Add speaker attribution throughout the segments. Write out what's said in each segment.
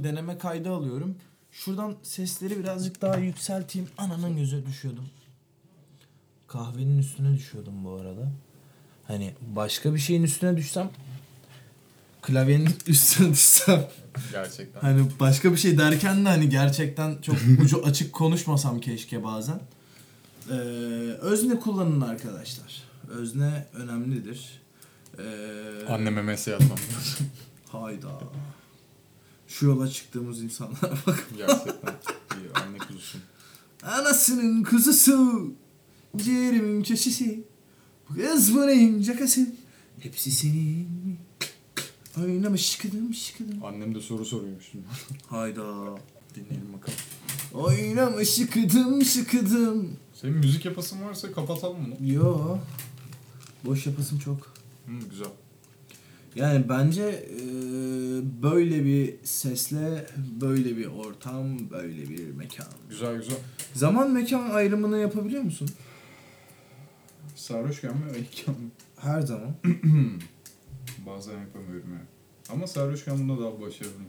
Speaker 1: deneme kaydı alıyorum. Şuradan sesleri birazcık daha yükselteyim. Ananın göze düşüyordum. Kahvenin üstüne düşüyordum bu arada. Hani başka bir şeyin üstüne düşsem klavyenin üstüne düşsem
Speaker 2: Gerçekten.
Speaker 1: hani başka bir şey derken de hani gerçekten çok ucu açık konuşmasam keşke bazen. Ee, özne kullanın arkadaşlar. Özne önemlidir. Ee,
Speaker 2: Anneme mesaj atmam.
Speaker 1: Hayda. Şu yola çıktığımız insanlara bak.
Speaker 2: Gerçekten. İyi, anne kuzusun.
Speaker 1: Anasının kuzusu. Ciğerimin çeşisi. Bu kız bu neyin cakası. Hepsi senin mi? Oynama şıkıdım şıkıdım.
Speaker 2: Annem de soru soruyormuş şimdi.
Speaker 1: Hayda.
Speaker 2: Dinleyelim bakalım.
Speaker 1: Oynama şıkıdım şıkıdım.
Speaker 2: Senin müzik yapasın varsa kapatalım bunu.
Speaker 1: Yo. Boş yapasım çok.
Speaker 2: Hı, güzel.
Speaker 1: Yani bence e, böyle bir sesle, böyle bir ortam, böyle bir mekan.
Speaker 2: Güzel güzel.
Speaker 1: Zaman mekan ayrımını yapabiliyor musun?
Speaker 2: Sarhoşken mi ayıkken mi?
Speaker 1: Her zaman.
Speaker 2: Bazen yapamıyorum ya. Ama sarhoşken bunda daha başarılıyım.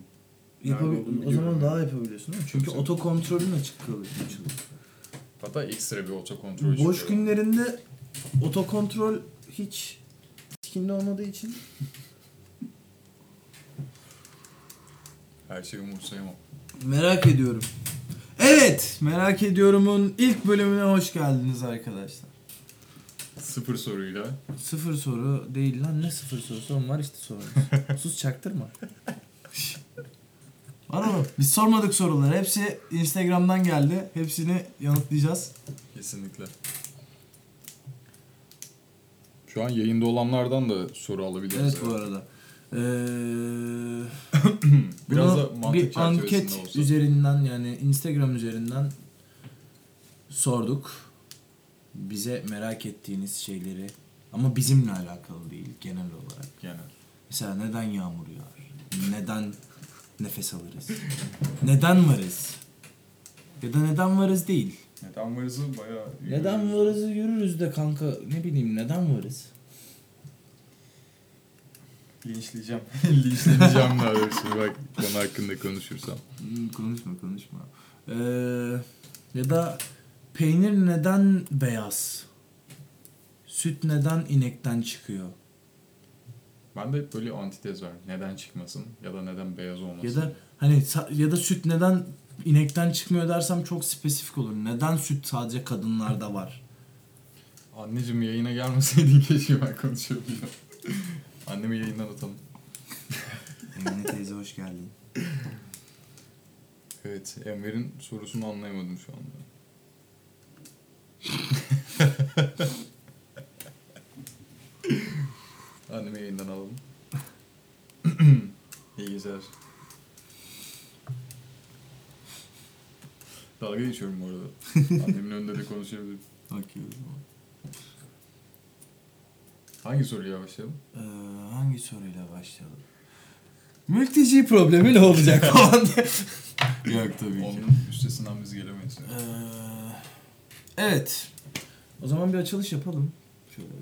Speaker 2: Nerede olduğunu
Speaker 1: Yapabil- o
Speaker 2: biliyorum
Speaker 1: zaman
Speaker 2: yani.
Speaker 1: daha yapabiliyorsun değil mi? Çünkü
Speaker 2: Tabii.
Speaker 1: oto kontrolün açık kalıyor. açılıyor.
Speaker 2: Hatta ekstra bir oto kontrol
Speaker 1: Boş
Speaker 2: istiyorum.
Speaker 1: günlerinde oto kontrol hiç skinde olmadığı için
Speaker 2: Her şeyi umursayamam.
Speaker 1: merak ediyorum. Evet, merak ediyorumun ilk bölümüne hoş geldiniz arkadaşlar.
Speaker 2: Sıfır soruyla.
Speaker 1: Sıfır soru değil lan ne sıfır sorusu oğlum var işte sorumuz. Sus çaktırma. var oğlum biz sormadık soruları hepsi Instagram'dan geldi hepsini yanıtlayacağız.
Speaker 2: Kesinlikle. Şu an yayında olanlardan da soru alabiliriz.
Speaker 1: Evet bu arada. Ee,
Speaker 2: Biraz
Speaker 1: bunu
Speaker 2: da mantık
Speaker 1: bir
Speaker 2: çerçevesinde
Speaker 1: anket
Speaker 2: olsa.
Speaker 1: üzerinden yani Instagram üzerinden sorduk. Bize merak ettiğiniz şeyleri ama bizimle alakalı değil genel olarak.
Speaker 2: Yani.
Speaker 1: Mesela neden yağmur yağar? Neden nefes alırız? Neden varız? Ya da neden varız değil.
Speaker 2: Neden varızı bayağı...
Speaker 1: Neden varızı yürürüz de kanka ne bileyim neden varız?
Speaker 2: Linçleyeceğim. Linçleyeceğim daha doğrusu bak konu hakkında konuşursam.
Speaker 1: Hmm, konuşma konuşma. Ee, ya da peynir neden beyaz? Süt neden inekten çıkıyor?
Speaker 2: Ben de hep böyle antitez var. Neden çıkmasın ya da neden beyaz olmasın.
Speaker 1: Ya da hani sa- ya da süt neden inekten çıkmıyor dersem çok spesifik olur. Neden süt sadece kadınlarda var?
Speaker 2: Anneciğim yayına gelmeseydin keşke ben konuşabilirim. Annemi yayından atalım.
Speaker 1: Emine teyze hoş geldin.
Speaker 2: Evet Enver'in sorusunu anlayamadım şu anda. Annemi yayından alalım. İyi geceler. Dalga geçiyorum bu arada. Annemin önünde de konuşabilirim.
Speaker 1: Okey o zaman.
Speaker 2: Hangi soruyla başlayalım?
Speaker 1: Ee, hangi soruyla başlayalım? Mülteci problemi ne olacak falan diye. Yok tabii ki.
Speaker 2: Onun üstesinden biz gelemeyiz.
Speaker 1: Ee, evet. O zaman bir açılış yapalım. Şöyle bir.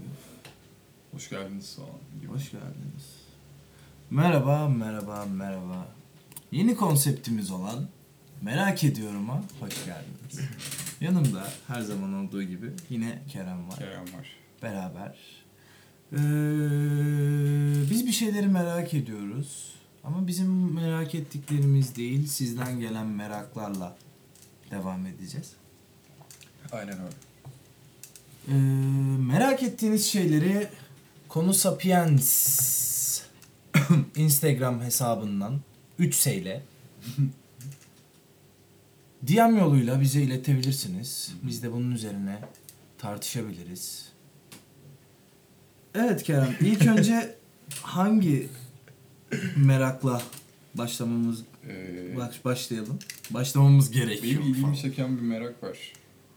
Speaker 2: Hoş geldiniz falan gibi.
Speaker 1: Hoş geldiniz. Merhaba, merhaba, merhaba. Yeni konseptimiz olan Merak Ediyorum'a hoş geldiniz. Yanımda her zaman olduğu gibi yine Kerem var.
Speaker 2: Kerem var.
Speaker 1: Beraber. Ee, biz bir şeyleri merak ediyoruz. Ama bizim merak ettiklerimiz değil, sizden gelen meraklarla devam edeceğiz.
Speaker 2: Aynen öyle.
Speaker 1: Ee, merak ettiğiniz şeyleri Konu Sapiens Instagram hesabından 3 seyle DM yoluyla bize iletebilirsiniz. Biz de bunun üzerine tartışabiliriz. Evet Kerem, ilk önce hangi merakla başlamamız
Speaker 2: Ee,
Speaker 1: baş- başlayalım? Başlamamız gerekiyor.
Speaker 2: Benim ilgimi
Speaker 1: falan.
Speaker 2: çeken bir merak var.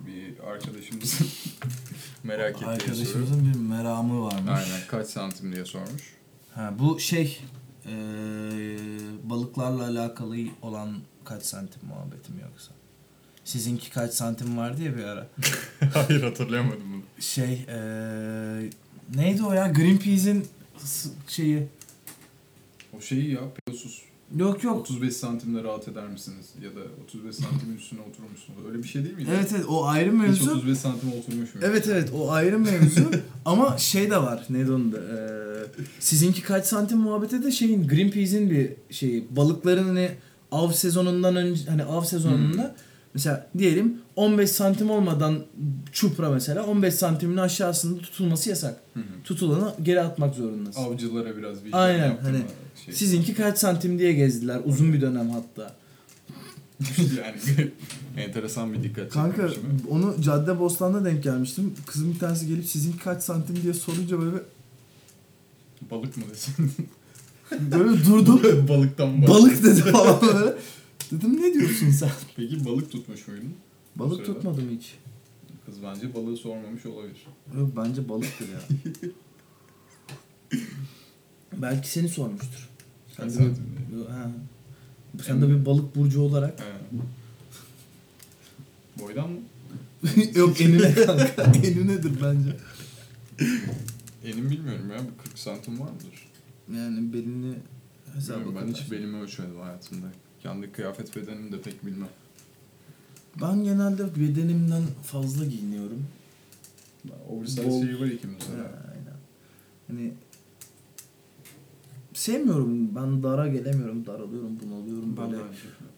Speaker 2: Bir arkadaşımızın merak ettiği soru.
Speaker 1: Arkadaşımızın bir meramı varmış.
Speaker 2: Aynen kaç santim diye sormuş.
Speaker 1: Ha, bu şey eee, balıklarla alakalı olan kaç santim muhabbetim yoksa. Sizinki kaç santim vardı ya bir ara.
Speaker 2: Hayır hatırlayamadım bunu.
Speaker 1: Şey eee, neydi o ya Greenpeace'in s- şeyi
Speaker 2: O şeyi ya pilosuz.
Speaker 3: Yok yok.
Speaker 2: 35 santimle rahat eder misiniz? Ya da 35 santimin üstüne oturur musunuz? Öyle bir şey değil miydi?
Speaker 3: Evet evet o ayrı
Speaker 2: Hiç
Speaker 3: mevzu.
Speaker 2: 35 santime oturmuş mu?
Speaker 3: Evet evet o ayrı mevzu ama şey de var neydi onun da eee, sizinki kaç santim muhabbete de şeyin Greenpeace'in bir şeyi balıkların hani av sezonundan önce hani av sezonunda mesela diyelim 15 santim olmadan çupra mesela 15 santimin aşağısında tutulması yasak.
Speaker 2: Hı hı.
Speaker 3: Tutulanı geri atmak zorundasın.
Speaker 2: Avcılara biraz bir
Speaker 3: Aynen,
Speaker 2: yaptım
Speaker 3: hani
Speaker 2: ha, şey.
Speaker 3: Sizinki kaç santim diye gezdiler uzun bir dönem hatta.
Speaker 2: yani enteresan bir dikkat
Speaker 1: Kanka
Speaker 2: çekmiş mi?
Speaker 1: onu cadde bostanda denk gelmiştim. Kızın bir tanesi gelip sizin kaç santim diye sorunca böyle
Speaker 2: Balık mı desin?
Speaker 1: böyle durdum.
Speaker 2: Balıktan balık.
Speaker 1: balık dedi falan böyle. Dedim ne diyorsun sen?
Speaker 2: Peki balık tutmuş muydun?
Speaker 3: Balık
Speaker 2: Sırada.
Speaker 3: tutmadım hiç.
Speaker 2: Kız bence balığı sormamış olabilir.
Speaker 1: Yok bence balıktır ya.
Speaker 3: Belki seni sormuştur.
Speaker 2: Kaç
Speaker 3: de bir-
Speaker 2: santim diye.
Speaker 3: Ha. Sen de bir balık burcu olarak
Speaker 2: He. Boydan mı?
Speaker 1: Yok enine kanka. Eninedir bence.
Speaker 2: Elim bilmiyorum ya. Bir 40 santim var mıdır?
Speaker 1: Yani belini hesaba
Speaker 2: Bilmiyorum, ben
Speaker 1: katarsın.
Speaker 2: hiç belimi ölçmedim hayatımda. Kendi kıyafet bedenimi de pek bilmem.
Speaker 3: Ben genelde bedenimden fazla giyiniyorum.
Speaker 2: Oversize
Speaker 3: Bol-
Speaker 2: şeyi var ikimizde. de.
Speaker 1: Ha, aynen.
Speaker 3: Hani sevmiyorum. Ben dara gelemiyorum. Daralıyorum, bunalıyorum
Speaker 2: Ben
Speaker 3: böyle.
Speaker 2: de-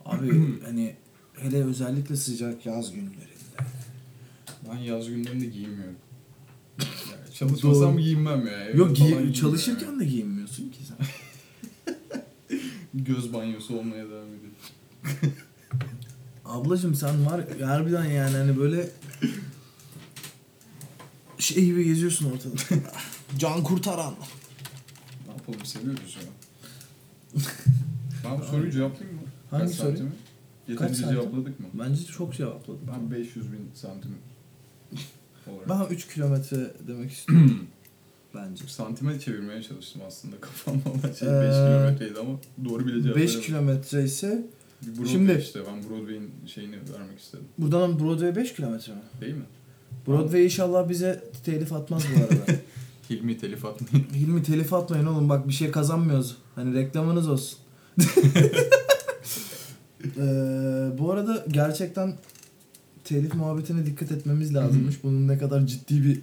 Speaker 3: Abi hani hele özellikle sıcak yaz günlerinde.
Speaker 2: Ben yaz günlerinde giyinmiyorum. Yani çalışmasam
Speaker 3: Doğru.
Speaker 2: giyinmem ya. Evde
Speaker 3: Yok
Speaker 2: falan
Speaker 3: giy-
Speaker 2: giyiniyorum
Speaker 3: çalışırken
Speaker 2: yani.
Speaker 3: de giyinmiyorsun ki sen.
Speaker 2: Göz banyosu olmaya devam ediyor.
Speaker 3: Ablacım sen var harbiden yani hani böyle şey gibi geziyorsun ortada. Can kurtaran.
Speaker 2: Ne yapalım seviyoruz ya. ben bu soruyu cevaplayayım mı?
Speaker 3: Hangi
Speaker 2: Kaç
Speaker 3: soru?
Speaker 2: santimi?
Speaker 3: Kaç
Speaker 2: Yeterince
Speaker 3: santim?
Speaker 2: cevapladık mı?
Speaker 3: Bence çok cevapladım.
Speaker 2: Ben 500 bin santim olarak.
Speaker 1: Ben 3 kilometre demek istiyorum. bence.
Speaker 2: Santime çevirmeye çalıştım aslında kafamda olan şey
Speaker 1: Ee,
Speaker 2: 5 kilometreydi ama doğru bile cevap
Speaker 1: 5 kilometre ise
Speaker 2: Şimdi.
Speaker 1: Şimdi-
Speaker 2: işte ben Broadway'in şeyini vermek istedim.
Speaker 3: Buradan Broadway 5 kilometre mi?
Speaker 2: Değil mi?
Speaker 3: Broadway inşallah bize telif atmaz bu arada.
Speaker 2: Hilmi telif atmayın.
Speaker 1: Hilmi telif atmayın oğlum bak bir şey kazanmıyoruz. Hani reklamınız olsun.
Speaker 3: Ee, bu arada gerçekten telif muhabbetine dikkat etmemiz lazımmış. Bunun ne kadar ciddi bir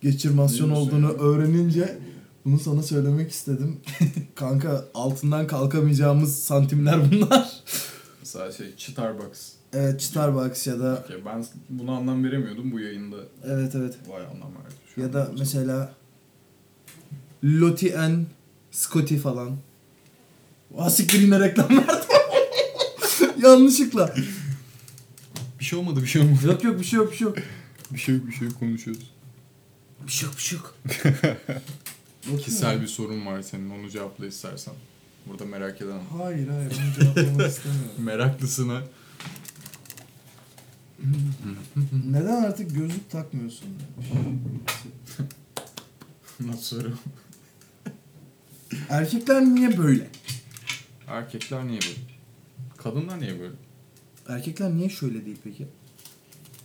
Speaker 3: geçirmasyon
Speaker 2: Neymiş
Speaker 3: olduğunu
Speaker 2: yani?
Speaker 3: öğrenince
Speaker 1: Bunu sana söylemek istedim. Kanka altından kalkamayacağımız santimler bunlar.
Speaker 2: Mesela şey Starbucks.
Speaker 1: Evet Starbucks ya da
Speaker 2: Ya ben buna anlam veremiyordum bu yayında.
Speaker 1: evet evet
Speaker 2: Vay anlam verdi. Şu
Speaker 1: ya
Speaker 2: an
Speaker 1: da
Speaker 2: yapacağım.
Speaker 1: mesela Lottie and Scotty falan. Asik birine reklam verdim. Yanlışlıkla.
Speaker 2: Bir şey olmadı bir şey olmadı.
Speaker 1: Yok yok bir şey yok bir şey yok.
Speaker 2: bir şey yok bir şey yok konuşuyoruz.
Speaker 3: bir şey yok bir şey yok.
Speaker 2: Kişisel bir sorun var senin onu cevapla istersen. Burada merak eden.
Speaker 1: Hayır hayır bunu cevaplamak istemiyorum.
Speaker 2: Meraklısına.
Speaker 1: Neden artık gözlük takmıyorsun?
Speaker 2: Nasıl soru?
Speaker 1: Erkekler niye böyle?
Speaker 2: Erkekler niye böyle? Kadınlar niye böyle?
Speaker 1: Erkekler niye şöyle değil peki?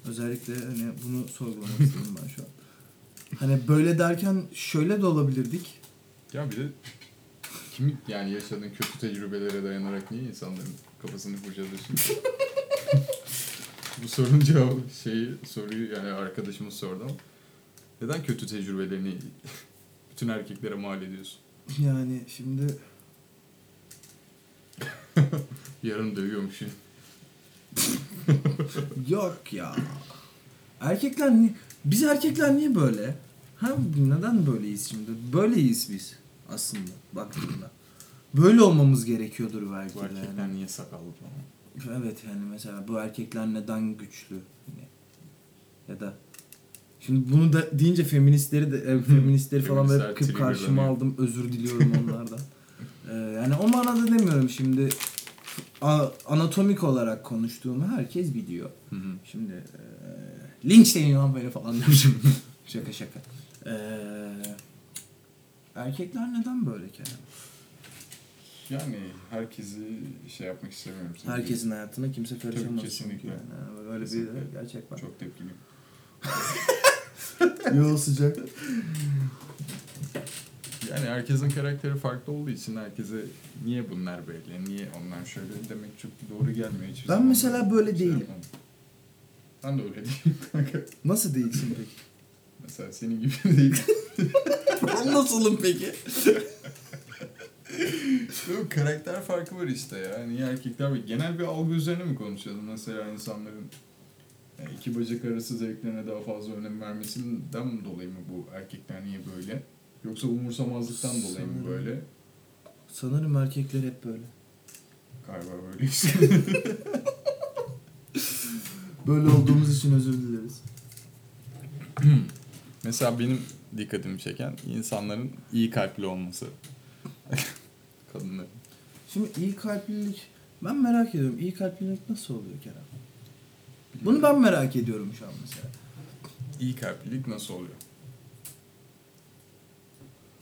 Speaker 1: Özellikle hani bunu sorgulamak istedim ben şu an. Hani böyle derken şöyle de olabilirdik.
Speaker 2: Ya bir de kim yani yaşadığın kötü tecrübelere dayanarak niye insanların kafasını kurcalıyorsun? Bu sorunun cevabı şeyi soruyu yani arkadaşımız sordu ama neden kötü tecrübelerini bütün erkeklere mal ediyorsun?
Speaker 1: Yani şimdi
Speaker 2: Yarın dövüyormuşsun.
Speaker 1: yok ya. Erkekler ni biz erkekler niye böyle? Ha neden böyleyiz şimdi? Böyleyiz biz aslında baktığında. Böyle olmamız gerekiyordur belki
Speaker 2: Bu
Speaker 1: de. yani.
Speaker 2: erkekler niye sakallı falan?
Speaker 1: Evet yani mesela bu erkekler neden güçlü? Hani ya da şimdi bunu da deyince feministleri de e, feministleri falan böyle
Speaker 2: Feministler
Speaker 1: kıp karşıma
Speaker 2: triggerlanıyor.
Speaker 1: aldım. Özür diliyorum onlardan. Ee, yani o manada demiyorum şimdi A- anatomik olarak konuştuğumu herkes biliyor.
Speaker 2: Hı hı.
Speaker 1: Şimdi e, linçleyin lan böyle falan demişim. şaka şaka. Ee, erkekler neden böyle Kerem?
Speaker 2: Yani herkesi şey yapmak istemiyorum. Tabii.
Speaker 1: Herkesin hayatına kimse karışamaz.
Speaker 2: kesinlikle.
Speaker 1: çünkü Yani böyle bir
Speaker 2: Kesinlikle.
Speaker 1: gerçek var.
Speaker 2: Çok tepkiliyim.
Speaker 1: Yo sıcak.
Speaker 2: Yani herkesin karakteri farklı olduğu için herkese niye bunlar böyle, niye onlar şöyle demek çok doğru gelmiyor hiçbir
Speaker 1: Ben
Speaker 2: zaman. Şey
Speaker 1: mesela böyle değilim.
Speaker 2: yapmam. Ben de öyle değilim kanka.
Speaker 1: Nasıl değilsin peki?
Speaker 2: Mesela senin gibi değilim.
Speaker 1: ben nasılım peki?
Speaker 2: Yok karakter farkı var işte ya. Niye erkekler böyle- genel bir algı üzerine mi konuşuyoruz? Mesela insanların yani iki bacak arası zevklerine daha fazla önem vermesinden dolayı mı bu erkekler niye böyle? Yoksa umursamazlıktan dolayı mı
Speaker 1: Sanırım.
Speaker 2: böyle?
Speaker 1: Sanırım erkekler hep böyle.
Speaker 2: Galiba böyle işte.
Speaker 1: Böyle olduğumuz için özür dileriz.
Speaker 2: Mesela benim dikkatimi çeken insanların iyi kalpli olması. Kadınların.
Speaker 1: Şimdi iyi kalplilik... Ben merak ediyorum. iyi kalplilik nasıl oluyor Kerem? Bunu ben merak ediyorum şu an mesela.
Speaker 2: İyi kalplilik nasıl oluyor?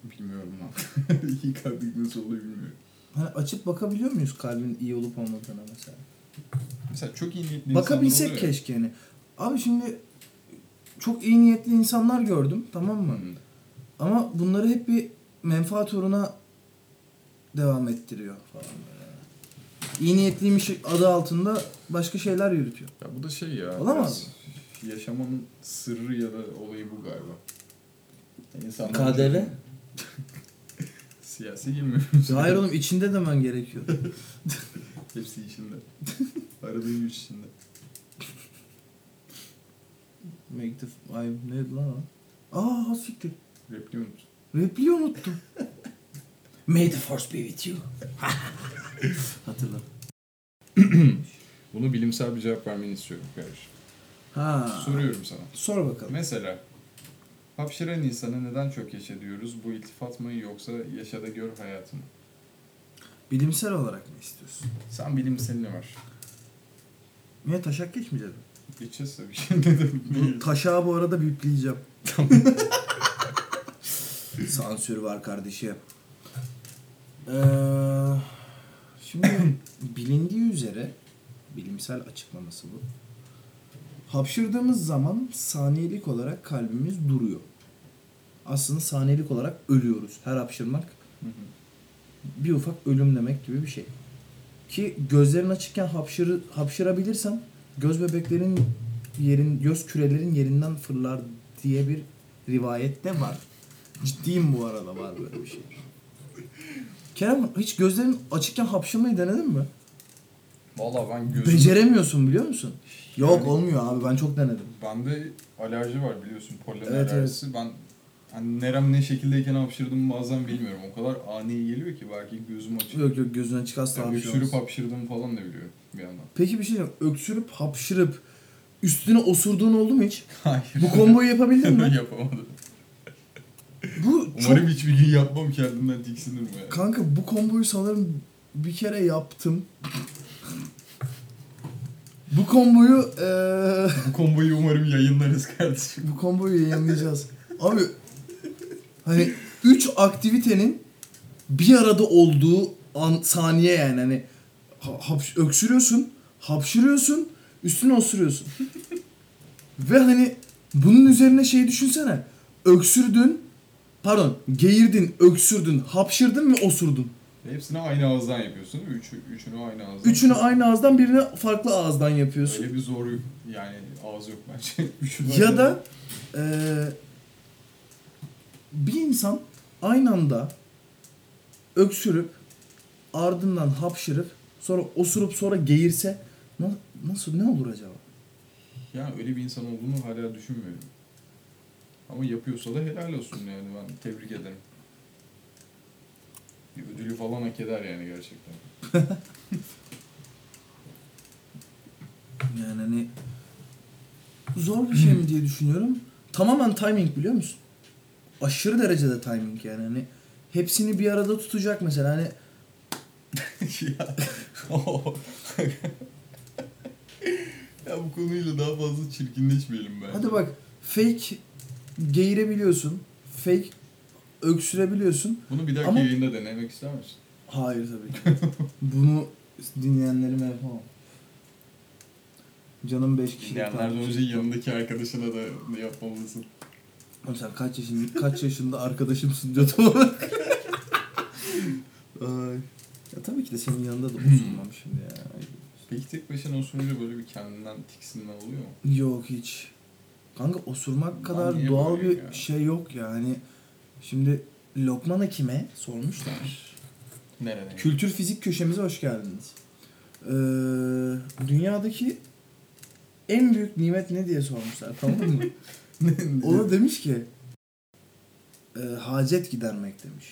Speaker 2: Bilmiyorum lan. iyi kalplilik nasıl oluyor bilmiyorum.
Speaker 1: Hani açıp bakabiliyor muyuz kalbin iyi olup olmadığına mesela?
Speaker 2: Mesela çok iyi niyetli insanlar
Speaker 1: Bakabilsek
Speaker 2: oluyor.
Speaker 1: keşke yani. Abi şimdi çok iyi niyetli insanlar gördüm tamam mı?
Speaker 2: Hı.
Speaker 1: Ama bunları hep bir menfaat uğruna devam ettiriyor falan böyle. İyi niyetliymiş adı altında başka şeyler yürütüyor.
Speaker 2: Ya bu da şey ya.
Speaker 1: Olamaz
Speaker 2: biraz Yaşamanın sırrı ya da olayı bu galiba. Yani insanlar-
Speaker 3: KDV?
Speaker 2: Siyasi girmiyorum.
Speaker 1: Hayır oğlum içinde demen gerekiyor.
Speaker 2: Hepsi içinde. Aradığın güç içinde.
Speaker 1: Make the... Ay neydi lan o? Aa has fikri.
Speaker 2: Repliği unut.
Speaker 1: Repliği unuttum. May the force be with you. Hatırla.
Speaker 2: Bunu bilimsel bir cevap vermeni istiyorum kardeşim.
Speaker 1: Ha.
Speaker 2: Soruyorum sana.
Speaker 1: Sor bakalım.
Speaker 2: Mesela hapşıran insana neden çok yaşa diyoruz? Bu iltifat mı yoksa yaşa da gör hayatı mı?
Speaker 1: Bilimsel olarak ne istiyorsun?
Speaker 2: Sen bilimselini var.
Speaker 1: Niye taşak geçmeyeceğiz? mi?
Speaker 2: Geçeceğiz tabii ki. Neden
Speaker 1: Bu
Speaker 2: değil?
Speaker 1: taşağı bu arada bipleyeceğim. Sansür var kardeşim. Ee, şimdi bilindiği üzere bilimsel açıklaması bu. Hapşırdığımız zaman saniyelik olarak kalbimiz duruyor. Aslında saniyelik olarak ölüyoruz. Her hapşırmak
Speaker 2: Hı hı.
Speaker 1: bir ufak ölüm demek gibi bir şey. Ki gözlerin açıkken hapşırı, hapşırabilirsem göz bebeklerin yerin, göz kürelerin yerinden fırlar diye bir rivayette var. Ciddiyim bu arada var böyle bir şey. Kerem hiç gözlerin açıkken hapşırmayı denedin mi?
Speaker 2: Vallahi ben gözüm...
Speaker 1: Beceremiyorsun biliyor musun? Yok
Speaker 2: Yani-
Speaker 1: olmuyor abi ben çok denedim.
Speaker 2: Bende alerji var biliyorsun pollen
Speaker 1: Evet,
Speaker 2: alerjisi. Ben hani nerem ne şekildeyken hapşırdım bazen bilmiyorum. O kadar ani geliyor ki belki gözüm açık.
Speaker 1: Yok yok gözün açık asla
Speaker 2: Yani
Speaker 1: hapşıramazsın.
Speaker 2: öksürüp hapşırdım falan da biliyorum bir yandan.
Speaker 1: şey Peki bir şey diyeceğim. Öksürüp hapşırıp üstüne osurduğun oldu mu hiç?
Speaker 2: Hayır.
Speaker 1: Bu komboyu yapabildin mi?
Speaker 2: Yapamadım.
Speaker 1: Bu çok
Speaker 2: Umarım hiçbir gün yapmam kendimden tiksinirim yani.
Speaker 1: Kanka bu komboyu sanırım bir kere yaptım. bu komboyu eee,
Speaker 2: Bu komboyu umarım yayınlarız kardeşim.
Speaker 1: bu komboyu yayınlayacağız. Abi hani 3 aktivitenin bir arada olduğu an, saniye yani hani ha- hapş- öksürüyorsun, hapşırıyorsun, üstüne osuruyorsun. Ve hani bunun üzerine şey düşünsene. Öksürdün, pardon, geğirdin, öksürdün, hapşırdın ve osurdun.
Speaker 2: Hepsini aynı ağızdan yapıyorsun. Üçü, üçünü aynı ağızdan.
Speaker 1: Üçünü aynı ağızdan birine farklı ağızdan yapıyorsun.
Speaker 2: Öyle bir zor yani ağız yok bence. Üçünü
Speaker 1: Ya
Speaker 2: aynı-
Speaker 1: da eee, bir insan aynı anda öksürüp ardından hapşırıp sonra osurup sonra geğirse na- nasıl ne olur acaba?
Speaker 2: Yani öyle bir insan olduğunu hala düşünmüyorum. Ama yapıyorsa da helal olsun yani ben tebrik ederim. Bir ödülü falan hak eder yani gerçekten.
Speaker 1: Yani hani zor bir şey mi diye düşünüyorum. Tamamen timing biliyor musun? Aşırı derecede timing yani hani hepsini bir arada tutacak mesela hani
Speaker 2: ya. ya bu konuyla daha fazla çirkinleşmeyelim bence.
Speaker 1: Hadi bak fake geğirebiliyorsun. Fake öksürebiliyorsun.
Speaker 2: Bunu bir dahaki
Speaker 1: Ama-
Speaker 2: yayında denemek ister misin?
Speaker 1: Hayır tabii ki. Bunu dinleyenlerime yapamam. Canım 5 kişilik
Speaker 2: Dinleyenlerden
Speaker 1: şey takipçi.
Speaker 2: önce yanındaki arkadaşına da yapmalısın.
Speaker 1: Oğlum sen kaç yaşında, kaç yaşında arkadaşımsın diyordum ama. Ay. Ya tabii ki de senin yanında da
Speaker 2: Hmm.
Speaker 1: bozulmam şimdi ya.
Speaker 2: Peki tek başına osurunca böyle bir kendinden tiksinme oluyor mu?
Speaker 1: Yok hiç. Kanka osurmak kadar
Speaker 2: niye
Speaker 1: doğal
Speaker 2: böyle
Speaker 1: bir
Speaker 2: ya?
Speaker 1: şey yok yani. Şimdi Lokman'a kime sormuşlar.
Speaker 2: Nerede?
Speaker 1: Kültür fizik köşemize hoş geldiniz. Ee, dünyadaki en büyük nimet ne diye sormuşlar tamam mı? o da demiş ki e, hacet gidermek demiş.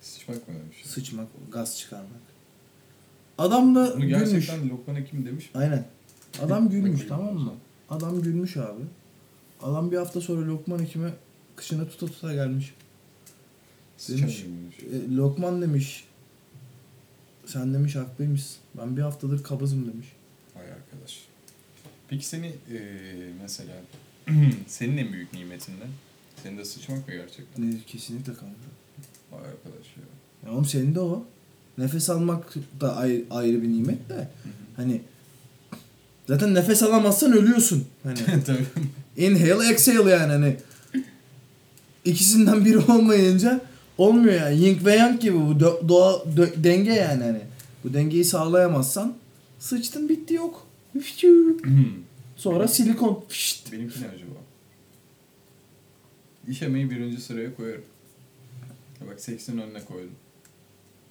Speaker 2: Sıçmak mı demiş? ya?
Speaker 1: Sıçmak, gaz çıkarmak. Adam da
Speaker 2: Bunu
Speaker 1: gülmüş.
Speaker 2: gerçekten Lokman Hekim demiş mi?
Speaker 1: Aynen. Adam gülmüş
Speaker 2: Bakayım.
Speaker 1: tamam mı? Adam gülmüş abi. Adam bir hafta sonra Lokman Hekim'e kışını tuta tuta gelmiş.
Speaker 2: Sıçamayacak mıymış?
Speaker 1: E, Lokman demiş. Sen demiş haklıymışsın. Ben bir haftadır kabızım demiş.
Speaker 2: Vay arkadaş. Peki seni eee mesela senin en büyük nimetinden senin de sıçmak mı gerçekten?
Speaker 1: Ne, kesinlikle kanka.
Speaker 2: Vay arkadaş ya.
Speaker 1: Ya oğlum senin de o. Nefes almak da ayrı, ayrı bir nimet de. Hani zaten nefes alamazsan ölüyorsun. Hani
Speaker 2: Tabii.
Speaker 1: inhale exhale yani hani. İkisinden biri olmayınca olmuyor yani. Yin ve yang gibi bu do- doğa dö- denge yani hani. Bu dengeyi sağlayamazsan sıçtın bitti yok. Üfçü. Sonra silikon. Pişt.
Speaker 2: Benimki ne acaba? İş emeği birinci sıraya koyarım. Ya bak seksin önüne koydum.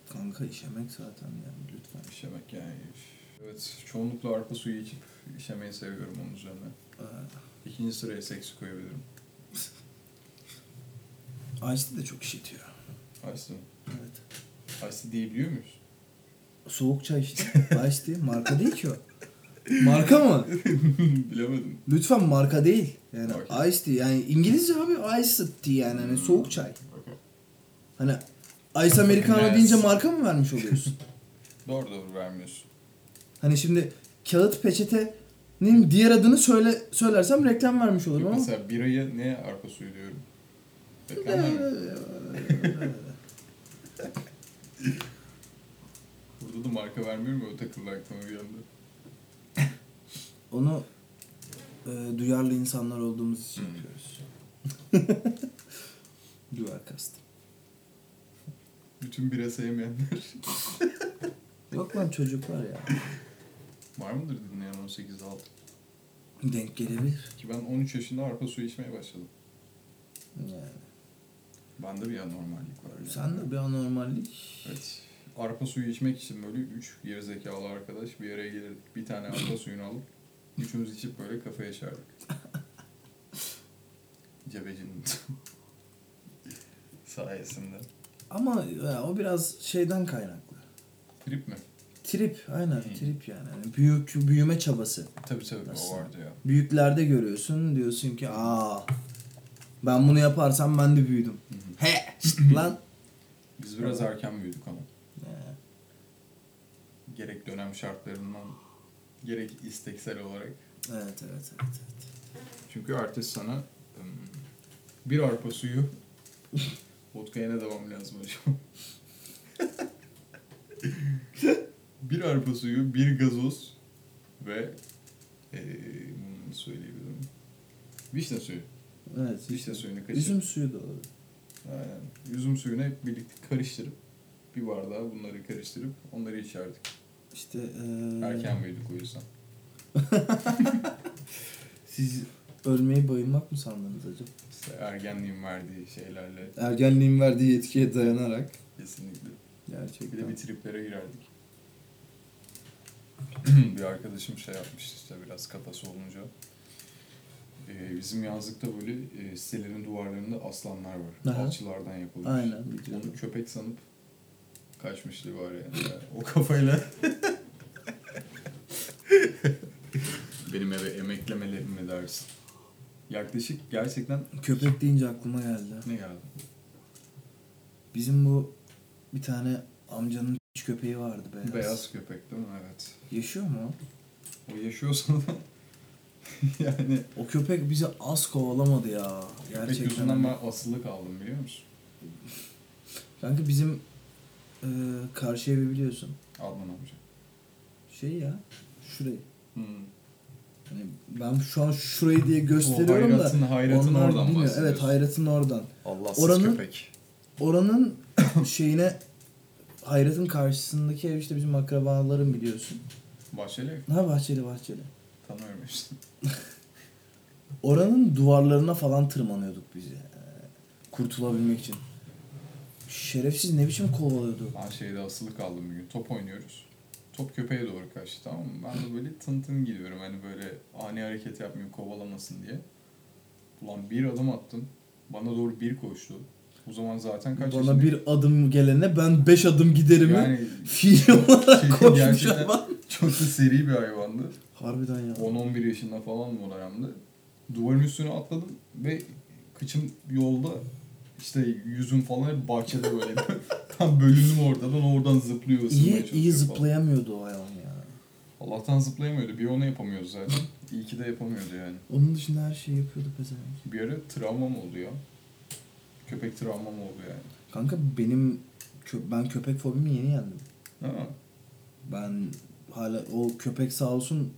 Speaker 1: Kanka işemek zaten yani lütfen.
Speaker 2: İş emek yani. Evet çoğunlukla arpa suyu içip iş emeği seviyorum onun üzerine.
Speaker 1: Aa,
Speaker 2: İkinci sıraya seksi koyabilirim.
Speaker 1: Ice de çok işitiyor.
Speaker 2: Ice
Speaker 1: Evet.
Speaker 2: Ice diyebiliyor muyuz?
Speaker 1: Soğuk çay işte. Ice tea. Marka değil ki o. Marka mı?
Speaker 2: Bilemedim.
Speaker 1: Lütfen marka değil. Yani
Speaker 2: Okey.
Speaker 1: ice tea. Yani İngilizce abi ice tea yani. Hani soğuk çay. Hani ice americano
Speaker 2: Yes.
Speaker 1: deyince marka mı vermiş oluyorsun?
Speaker 2: Doğru doğru vermiyorsun.
Speaker 1: hani şimdi kağıt peçetenin diğer adını söyle söylersem reklam vermiş olurum
Speaker 2: Yok,
Speaker 1: ama.
Speaker 2: mesela biraya ne arpa suyu diyorum? Reklam vermiyor. Burada da marka vermiyorum ya o takıldı aklıma bir anda.
Speaker 1: Onu e, duyarlı insanlar olduğumuz için
Speaker 2: Hmm.
Speaker 1: yapıyoruz. Duyar kastım.
Speaker 2: Bütün bira sevmeyenler.
Speaker 1: Yok lan çocuklar ya.
Speaker 2: Var mıdır dinleyen 18 altı?
Speaker 1: Denk gelebilir.
Speaker 2: Ki ben 13 yaşında arpa suyu içmeye başladım.
Speaker 1: Yani.
Speaker 2: Bende bir anormallik var. yani.
Speaker 1: Sen de bir anormallik.
Speaker 2: Evet. Arpa suyu içmek için böyle 3 gerizekalı arkadaş bir araya gelirdik. Bir tane arpa suyunu alıp üçümüz içip böyle kafaya şardık. Cebecinin sayesinde.
Speaker 1: Ama ya, o biraz şeyden kaynaklı.
Speaker 2: Trip mi?
Speaker 1: Trip aynen
Speaker 2: Hmm.
Speaker 1: trip yani. yani. Büyük büyüme çabası.
Speaker 2: Tabii tabii
Speaker 1: Nasıl?
Speaker 2: o vardı ya.
Speaker 1: Büyüklerde görüyorsun diyorsun ki aa ben bunu yaparsam ben de büyüdüm. He şşt
Speaker 2: Hmm.
Speaker 1: lan.
Speaker 2: Biz biraz erken büyüdük ama.
Speaker 1: Ee,
Speaker 2: Gerek dönem şartlarından gerek isteksel olarak.
Speaker 1: Evet evet evet.
Speaker 2: Çünkü artist sana ım, bir arpa suyu vodkaya ne devam lazım acaba? bir arpa suyu, bir gazoz ve eee bunu söyleyebilirim. Vişne suyu.
Speaker 1: Evet.
Speaker 2: Vişne suyunu kaçır.
Speaker 1: Üzüm suyu da olur.
Speaker 2: Aynen. Üzüm suyunu hep birlikte karıştırıp bir bardağa bunları karıştırıp onları içerdik.
Speaker 1: İşte ee,
Speaker 2: Erken büyüdük o yüzden.
Speaker 1: siz ölmeyi bayılmak mı sandınız acaba?
Speaker 2: İşte ergenliğin verdiği şeylerle
Speaker 1: Ergenliğin verdiği yetkiye dayanarak
Speaker 2: kesinlikle. Bir de
Speaker 1: gerçekten.
Speaker 2: bir triplere girerdik. bir arkadaşım şey yapmış işte biraz kafası olunca. Ee, bizim yazlıkta böyle e, sitelerin duvarlarında aslanlar var.
Speaker 1: Aha.
Speaker 2: Alçılardan yapılmış.
Speaker 1: Aynen biliyorum.
Speaker 2: Onu köpek sanıp kaçmıştı var yani. Yani o kafayla. Benim eve emeklemelerim mi dersin? Yaklaşık gerçekten
Speaker 1: Köpek deyince aklıma geldi.
Speaker 2: ne geldi?
Speaker 1: Bizim bu bir tane amcanın piç köpeği vardı beyaz.
Speaker 2: Beyaz köpek değil mi? Evet.
Speaker 1: Yaşıyor mu? o?
Speaker 2: O yaşıyorsa da yani
Speaker 1: O köpek bizi az kovalamadı ya.
Speaker 2: Köpek
Speaker 1: Gerçekten.
Speaker 2: yüzünden ben asılı kaldım biliyor musun?
Speaker 1: Kanka bizim e, karşı evi biliyorsun.
Speaker 2: Adnan amca.
Speaker 1: Şey ya. Şurayı.
Speaker 2: Hmm.
Speaker 1: Hani ben şu an şurayı diye gösteriyorum da.
Speaker 2: hayratın- hayratın
Speaker 1: onlar
Speaker 2: oradan
Speaker 1: bilmiyor. Evet
Speaker 2: bahsediyorsun.
Speaker 1: hayratın oradan.
Speaker 2: Allahsız
Speaker 1: Oranın-
Speaker 2: köpek.
Speaker 1: Oranın şeyine hayratın karşısındaki ev işte bizim akrabaların biliyorsun.
Speaker 2: Bahçeli ev.
Speaker 1: Ha bahçeli bahçeli.
Speaker 2: Tanıyorum işte.
Speaker 1: Oranın duvarlarına falan tırmanıyorduk biz. yani. Kurtulabilmek için. Şerefsiz ne biçim kovalıyordu.
Speaker 2: Ben şeyde asılı kaldım bir gün. Top oynuyoruz. Top köpeğe doğru kaçtı tamam mı? Ben de böyle tın tın gidiyorum. Hani böyle ani hareket yapmayayım kovalamasın diye. Ulan bir adım attım. Bana doğru bir koştu. O zaman zaten kaç
Speaker 1: Bana
Speaker 2: yaşındayım?
Speaker 1: bir adım gelene ben beş adım giderim. Yani,
Speaker 2: Yani
Speaker 1: Fiil olarak
Speaker 2: Şey,
Speaker 1: koşmuş
Speaker 2: gerçekten-
Speaker 1: hayvan.
Speaker 2: çok da seri bir hayvandı.
Speaker 1: Harbiden ya.
Speaker 2: 10-11 yaşında falan mı o dönemde. Duvarın üstüne atladım ve kıçım yolda işte yüzüm falan hep bahçede böyle. Tam bölündüm oradan oradan zıplıyor ısırmaya
Speaker 1: İyi, iyi
Speaker 2: çalışıyor falan.
Speaker 1: zıplayamıyordu o hayvan ya.
Speaker 2: Allah'tan zıplayamıyordu. Bir onu yapamıyordu zaten. İyi ki de yapamıyordu yani.
Speaker 1: Onun dışında her şeyi yapıyordu pezevenk.
Speaker 2: Bir ara travmam oldu ya. Köpek travmam oldu yani.
Speaker 1: Kanka benim kö- ben köpek fobimi yeni yendim.
Speaker 2: Ha.
Speaker 1: Ben hala o köpek sağ olsun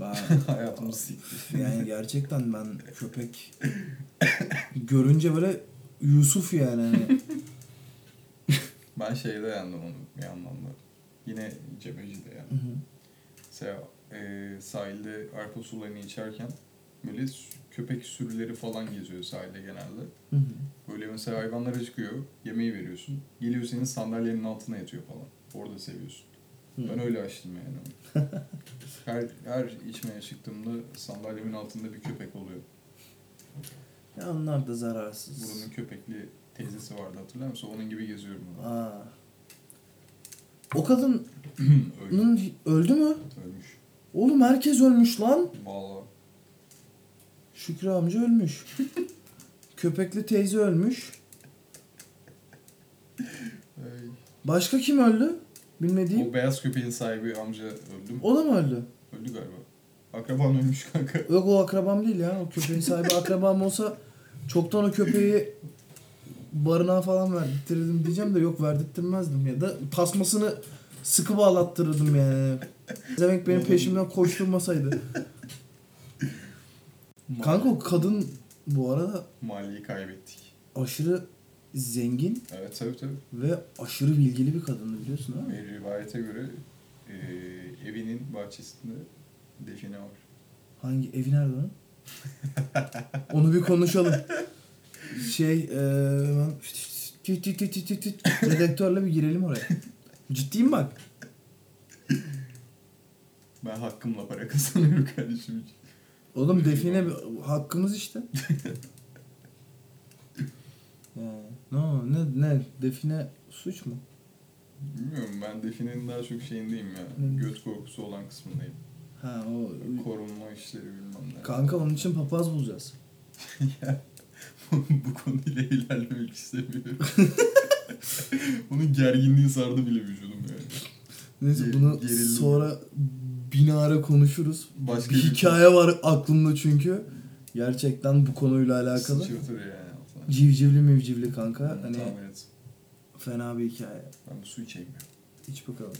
Speaker 1: ben
Speaker 2: Hayatımı sikti.
Speaker 1: yani gerçekten ben köpek görünce böyle Yusuf yani hani
Speaker 2: Ben şeyde yandım onu bir anlamda. Yine cebecide yani.
Speaker 1: Hı hı.
Speaker 2: Mesela e, sahilde arpa sularını içerken böyle sü- köpek sürüleri falan geziyor sahilde genelde.
Speaker 1: Hı hı.
Speaker 2: Böyle mesela hayvanlara çıkıyor, yemeği veriyorsun. Geliyor senin sandalyenin altına yatıyor falan. Orada seviyorsun.
Speaker 1: Hı.
Speaker 2: Ben öyle açtım yani. her, her içmeye çıktığımda sandalyemin altında bir köpek oluyor.
Speaker 1: ya onlar da zararsız.
Speaker 2: Buranın köpekli teyzesi vardı hatırlar mısın? Onun gibi geziyorum. ben.
Speaker 1: Aa. O kadının
Speaker 2: Ölmüş.
Speaker 1: öldü mü?
Speaker 2: Ölmüş.
Speaker 1: Oğlum herkes ölmüş lan.
Speaker 2: Vallahi.
Speaker 1: Şükrü amca ölmüş. Köpekli teyze ölmüş.
Speaker 2: Ay.
Speaker 1: Başka kim öldü? Bilmediğim.
Speaker 2: O beyaz köpeğin sahibi amca öldü mü?
Speaker 1: O da mı öldü?
Speaker 2: Öldü galiba. Akraban ölmüş kanka.
Speaker 1: Yok o akrabam değil ya. O köpeğin sahibi akrabam olsa çoktan o köpeği barınağa falan verdirtirdim diyeceğim de yok verdirtmezdim ya da tasmasını sıkı bağlattırırdım yani. Demek benim peşimden koşturmasaydı.
Speaker 2: Ma-
Speaker 1: Kanka o kadın bu arada
Speaker 2: Mali'yi kaybettik.
Speaker 1: aşırı zengin
Speaker 2: Evet tabii tabii.
Speaker 1: ve aşırı bilgili bir kadındı biliyorsun değil mi?
Speaker 2: Bir rivayete göre e, evinin bahçesinde define var.
Speaker 1: Hangi evi nerede lan? Onu bir konuşalım. Şey eee, hemen tit tit tit tit tit tit. dedektörle bir girelim oraya. Ciddiyim bak.
Speaker 2: Ben hakkımla para kazanıyorum kardeşim.
Speaker 1: Oğlum define bir- hakkımız işte. Yani, no, ne ne define suç mu?
Speaker 2: Bilmiyorum ben definenin daha çok şeyindeyim ya.
Speaker 1: Hı.
Speaker 2: Göt korkusu olan kısmındayım.
Speaker 1: Ha o
Speaker 2: Korunma işleri bilmem ne.
Speaker 1: kanka onun için papaz bulacağız.
Speaker 2: Ya, Bu konuyla ilerlemek istemiyorum. Onun gerginliği sardı bile vücudum yani.
Speaker 1: Neyse
Speaker 2: Ge-
Speaker 1: bunu
Speaker 2: gerildim.
Speaker 1: sonra binara konuşuruz.
Speaker 2: Başka
Speaker 1: bir
Speaker 2: bir-
Speaker 1: hikaye var aklımda çünkü. Gerçekten bu konuyla alakalı.
Speaker 2: Sıçratır yani. altına.
Speaker 1: Civcivli mivcivli kanka.
Speaker 2: Onu
Speaker 1: Hani
Speaker 2: Tahmin et.
Speaker 1: fena bir hikaye.
Speaker 2: Ben bir su içeyim ya.
Speaker 1: İç bakalım.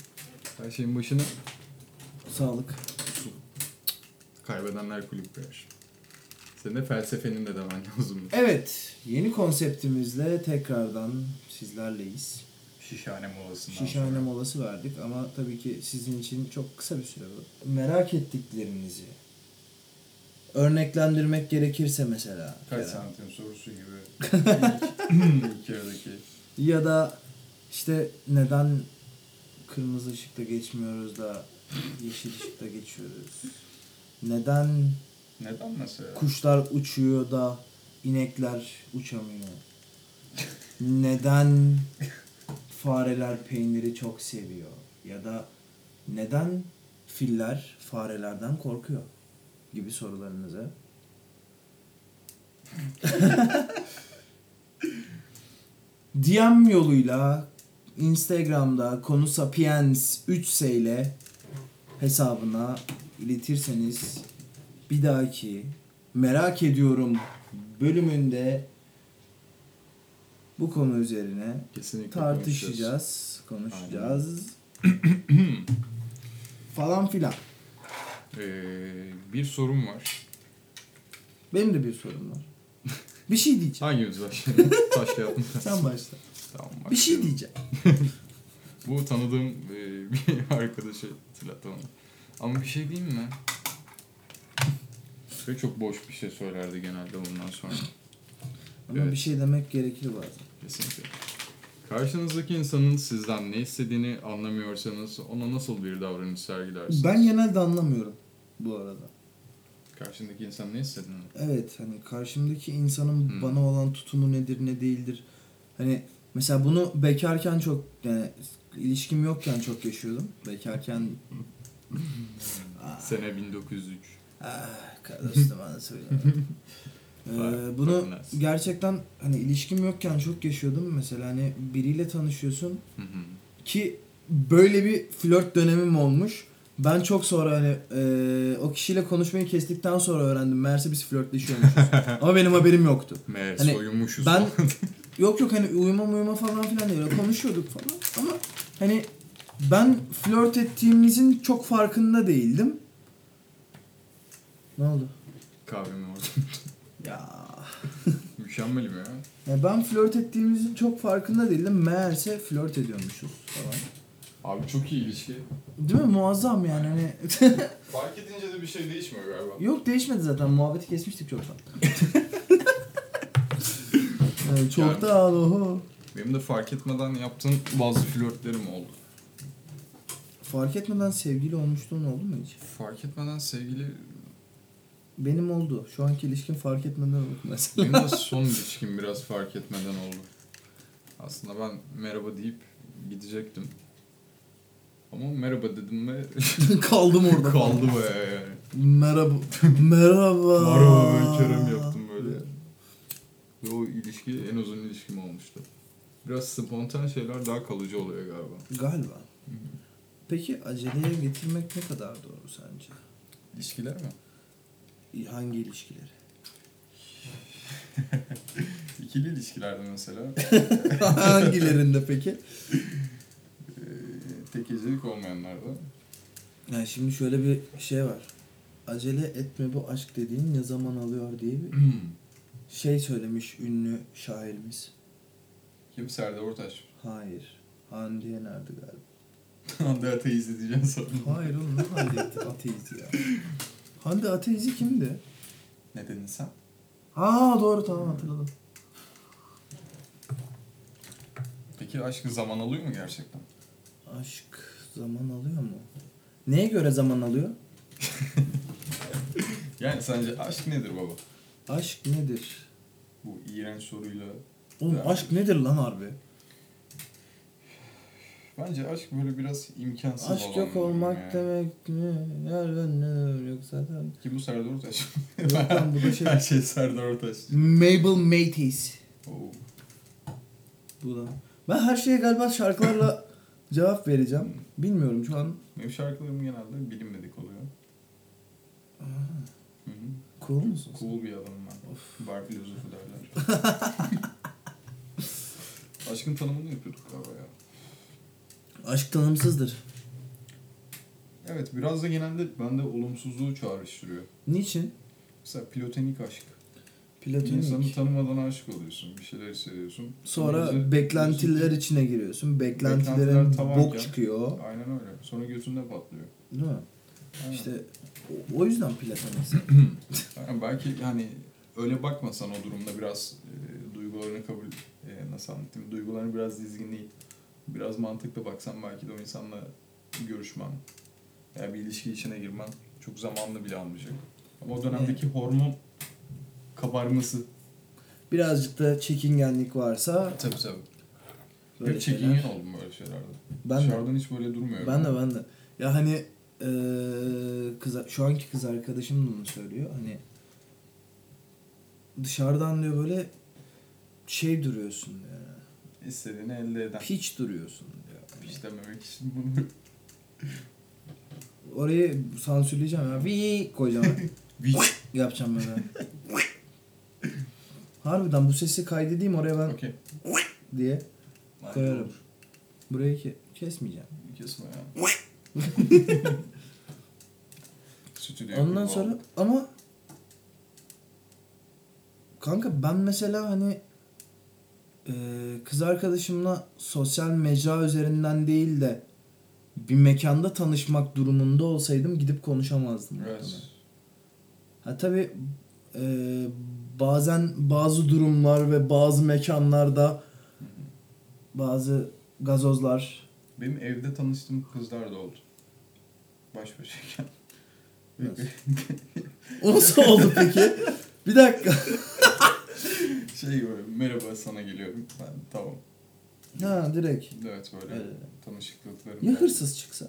Speaker 2: Her şeyin başına
Speaker 1: Sağlık.
Speaker 2: Kaybedenler kulüpler. Senin de felsefenin de demen lazım.
Speaker 1: Evet. Yeni konseptimizle tekrardan sizlerleyiz.
Speaker 2: Şişhane molasından
Speaker 1: Şişhane
Speaker 2: sonra.
Speaker 1: molası verdik ama tabii ki sizin için çok kısa bir süre bu. Merak ettiklerinizi örneklendirmek gerekirse mesela.
Speaker 2: Kaç
Speaker 1: Kerem.
Speaker 2: santim sorusu gibi. İlk- İlk yarıdaki.
Speaker 1: Ya da işte neden kırmızı ışıkta geçmiyoruz da yeşil ışıkta geçiyoruz? Neden
Speaker 2: Neden mesela?
Speaker 1: kuşlar uçuyor da inekler uçamıyor? Neden fareler peyniri çok seviyor? Ya da neden filler farelerden korkuyor? Gibi sorularınızı. DM yoluyla Instagram'da konu sapiens 3s ile hesabına iletirseniz bir dahaki merak ediyorum bölümünde bu konu üzerine
Speaker 2: Kesinlikle konuşuyoruz.
Speaker 1: tartışacağız, konuşacağız. falan filan.
Speaker 2: Ee, bir sorum var.
Speaker 1: Benim de bir sorum var. bir şey diyeceğim.
Speaker 2: Hangimiz başlayalım? başlayalım.
Speaker 1: Sen başla.
Speaker 2: Tamam,
Speaker 1: Bir şey
Speaker 2: başlayalım.
Speaker 1: diyeceğim.
Speaker 2: Bu tanıdığım e, bir arkadaşı hatırlattı bana. Ama bir şey diyeyim mi? Ve çok boş bir şey söylerdi genelde ondan sonra.
Speaker 1: Ama
Speaker 2: Evet.
Speaker 1: bir şey demek gerekir bazen.
Speaker 2: Kesinlikle. Karşınızdaki insanın sizden ne istediğini anlamıyorsanız ona nasıl bir davranış sergilersiniz?
Speaker 1: Ben genelde anlamıyorum bu arada.
Speaker 2: Karşındaki insan ne istediğini.
Speaker 1: Evet hani karşımdaki insanın
Speaker 2: Hmm.
Speaker 1: bana olan tutumu nedir ne değildir. Hani mesela bunu bekarken çok yani ilişkim yokken çok yaşıyordum. Bekarken
Speaker 2: Sene 1903.
Speaker 1: Ah, kardeşim bana söylüyorum.
Speaker 2: Var,
Speaker 1: Ee, bunu
Speaker 2: çok nice.
Speaker 1: gerçekten hani ilişkim yokken çok yaşıyordum. Mesela hani biriyle tanışıyorsun
Speaker 2: Hı hı.
Speaker 1: ki böyle bir flört dönemim olmuş. Ben çok sonra hani e, o kişiyle konuşmayı kestikten sonra öğrendim. Meğerse biz flörtleşiyormuşuz. Ama benim haberim yoktu.
Speaker 2: Meğer
Speaker 1: Hani
Speaker 2: soyunmuşuz.
Speaker 1: Ben yok yok hani uyuma uyuma falan filan değil. Öyle konuşuyorduk falan ama hani ben flört ettiğimizin çok farkında değildim. Ne oldu?
Speaker 2: Kahvemi orada.
Speaker 1: Ya.
Speaker 2: Mükemmelim ya.
Speaker 1: ya ben flört ettiğimizin çok farkında değildim. Meğerse flört ediyormuşuz falan.
Speaker 2: Abi çok iyi ilişki.
Speaker 1: Değil mi? Muazzam yani hani.
Speaker 2: Fark edince de bir şey değişmiyor galiba.
Speaker 1: yok değişmedi zaten. Muhabbeti kesmiştik çoktan. yani çoktan oho.
Speaker 2: Benim de fark etmeden yaptığım bazı flörtlerim oldu.
Speaker 1: Fark etmeden sevgili olmuşluğun oldu mu hiç?
Speaker 2: Fark etmeden sevgili
Speaker 1: Benim oldu. Şu anki ilişkin fark etmeden oldu mesela.
Speaker 2: Benim de son ilişkim biraz fark etmeden oldu. Aslında ben merhaba deyip gidecektim. Ama merhaba dedim ve
Speaker 1: Kaldım orada.
Speaker 2: kaldı be.
Speaker 1: Merhaba. Merhaba.
Speaker 2: Merhaba ben Kerem yaptım böyle. Ve o ilişki en uzun ilişkim olmuştu. Biraz spontan şeyler daha kalıcı oluyor galiba.
Speaker 1: Galiba. Peki aceleye getirmek ne kadar doğru sence?
Speaker 2: İlişkiler mi?
Speaker 1: Hangi ilişkileri?
Speaker 2: İkili ilişkilerde mesela
Speaker 1: Hangilerinde peki?
Speaker 2: eee, tek gecelik olmayanlarda
Speaker 1: Yani şimdi şöyle bir şey var. Acele etme bu aşk dediğin ne zaman alıyor diye bir şey söylemiş ünlü şairimiz.
Speaker 2: kim Serdar Ortaç?
Speaker 1: Hayır. Hande Yener'di galiba.
Speaker 2: Hande Atay'ı izleyeceğim sonra.
Speaker 1: Hayır oğlum ne Hande Ateizi ya. Hande Ateizi kimdi?
Speaker 2: Ne dedin sen?
Speaker 1: Ha doğru tamam hatırladım.
Speaker 2: Peki aşkı zaman alıyor mu gerçekten?
Speaker 1: Aşk zaman alıyor mu? Neye göre zaman alıyor?
Speaker 2: Yani sence aşk nedir baba?
Speaker 1: Aşk nedir?
Speaker 2: Bu iğrenç soruyla.
Speaker 1: Oğlum
Speaker 2: Ya.
Speaker 1: aşk nedir lan harbi?
Speaker 2: Bence aşk böyle biraz imkansız
Speaker 1: Aşk yok
Speaker 2: bir durum
Speaker 1: olmak
Speaker 2: ya.
Speaker 1: demek mi? Nereden ne yok zaten.
Speaker 2: Ki bu Serdar Ortaç.
Speaker 1: Yok lan bu da şey.
Speaker 2: Her şey Serdar Ortaç.
Speaker 1: Mabel Matis.
Speaker 2: Oo.
Speaker 1: Bu da. Ben her şeye galiba şarkılarla cevap vereceğim. Bilmiyorum şu an.
Speaker 2: Benim şarkılarım genelde bilinmedik oluyor. Hı hı.
Speaker 1: Cool musun? sen?
Speaker 2: Cool bir adamım ben. Of. Bar filozofu derler. Aşkın tanımını yapıyorduk galiba ya.
Speaker 1: Aşk tanımsızdır.
Speaker 2: Evet biraz da genelde bende olumsuzluğu çağrıştırıyor.
Speaker 1: Niçin?
Speaker 2: Mesela platonik aşk. İnsanı
Speaker 1: Platonik.
Speaker 2: tanımadan aşık oluyorsun. Bir şeyler hissediyorsun.
Speaker 1: Sonra
Speaker 2: Sonra
Speaker 1: beklentiler içine giriyorsun. Beklentilerin
Speaker 2: Beklentiler tavanken.
Speaker 1: bok çıkıyor.
Speaker 2: Aynen öyle. Sonra götünde patlıyor.
Speaker 1: Değil mi?
Speaker 2: Aynen.
Speaker 1: İşte o- o yüzden platonik.
Speaker 2: Yani belki hani öyle bakmasan o durumda biraz e, duygularını kabul e, nasıl anlatayım duygularını biraz dizginleyip biraz mantıklı baksan belki de o insanla görüşmen yani bir ilişki içine girmen çok zamanlı bile almayacak. Ama o dönemdeki hormon kabarması.
Speaker 1: Birazcık da çekingenlik varsa
Speaker 2: Tabii tabii.
Speaker 1: böyle
Speaker 2: Hep
Speaker 1: şeyler-
Speaker 2: çekingen oldum böyle şeylerde.
Speaker 1: Ben de,
Speaker 2: Dışarıdan hiç böyle durmuyorum.
Speaker 1: ben de, ben de. Ya hani eee kız, şu anki kız arkadaşım da bunu söylüyor. Hani dışarıdan diyor böyle şey duruyorsun diyor.
Speaker 2: İstediğini elde eden.
Speaker 1: Piç duruyorsun diyor.
Speaker 2: Hiç dememek için bunu.
Speaker 1: Orayı sansürleyeceğim ya. Vi koyacağım. Yapacağım böyle. Harbiden bu sesi kaydedeyim oraya ben
Speaker 2: Okey.
Speaker 1: diye
Speaker 2: Harika
Speaker 1: koyarım.
Speaker 2: olur.
Speaker 1: Burayı ki kesmeyeceğim.
Speaker 2: Kesme ya. stüdyo
Speaker 1: Ondan
Speaker 2: kurulu
Speaker 1: sonra
Speaker 2: oldu.
Speaker 1: ama kanka ben mesela hani e, kız arkadaşımla sosyal mecra üzerinden değil de bir mekanda tanışmak durumunda olsaydım gidip konuşamazdım. muhtemelen.
Speaker 2: Evet.
Speaker 1: Ha tabii e, bazen bazı durumlar ve bazı mekanlarda bazı gazozlar
Speaker 2: Benim evde tanıştığım kızlar da oldu. Baş başayken.
Speaker 1: Nasıl? O nasıl oldu peki? Bir dakika.
Speaker 2: şey böyle merhaba sana geliyorum. Ben tamam.
Speaker 1: Ha direkt.
Speaker 2: Evet böyle
Speaker 1: Evet.
Speaker 2: tanışıklıklarım.
Speaker 1: Ya
Speaker 2: var.
Speaker 1: hırsız çıksa?